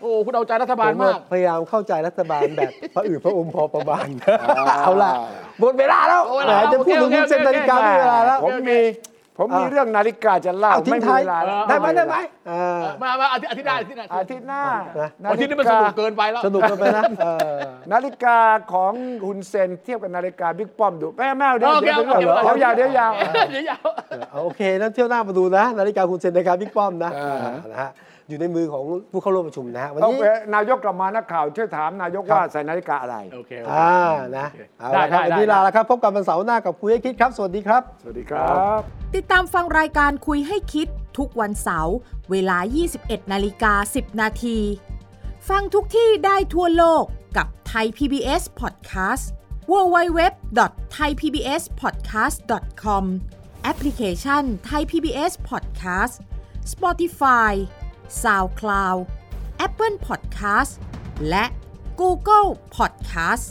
B: โอ้คุณเอาใจรัฐบาลมาก
A: พยายามเข้าใจรัฐบาลแบบพระอืดพระอมพอประมาณ เอาล่ะหมดเวลาแล้ว
B: หมดเว
A: แหม
B: ลา
A: จะพูดถึง
B: โอเค
A: คุณเซน
B: โอ
A: นา
B: เค
A: ฬิกาไม่มีเวลาแล้ว
C: ผมมีผมมี
A: อ่ะ
C: เรื่องนาฬิกาจะเล่า
A: เอาทิ้
C: ไม่
A: ง
C: มี
A: ท้าย
C: เวลาแล้ว
A: ได้ไหมได้ไหมเออ
B: มามาอาทิตย์อาทิตย์หน้าอาทิตย์หน้า
C: อาทิตย์หน้า
A: นะ
B: อาทิตย์นี้มันสนุกเกินไปแล้ว
A: สนุกกันไปนะเออ
C: นาฬิกาของฮุนเซนเทียบกับนาฬิกาบิ๊กป้อมดูแม่แม่เอาเดี๋ยว
B: โอเค
C: เดี๋ยว
B: เอา
C: เดี๋ยว
B: เอา
C: เอายาวเดี๋ยวยาว
B: เดี๋ยวยาว
A: เอาโอเคนั่นเที่ยวหน้ามาดูนะ นาฬิกาคุณเซนนาฬิกาบิ๊กป้อมนะ
C: อ่า
A: อ่านะฮะอยู่ในมือของผู้เข้าร่วมประชุมนะฮะวัน
C: ต้อง
A: นี้
C: ไปนายกกลับมานักข่าวช่วยถามนายก
A: ครับ
C: ว่าใส่นาฬิกาอะไร
B: โอเค
A: อ่านะเอาละครับ
B: ได้ได้
A: วันนี้ลาแล้วครับ พบกันวันเสาร์หน้ากับคุยให้คิดครับ สวัสดีครับ
C: สวัสดีครับ
D: ติดตามฟังรายการคุยให้คิดทุกวันเสาร์เวลา 21 นาฬิกา 10 นาที ฟังทุกที่ได้ทั่วโลกกับ ไทย PBS Podcast www.thaipbspodcast.com แอปพลิเคชัน Thai PBS Podcast Spotify SoundCloud Apple Podcast และ Google Podcast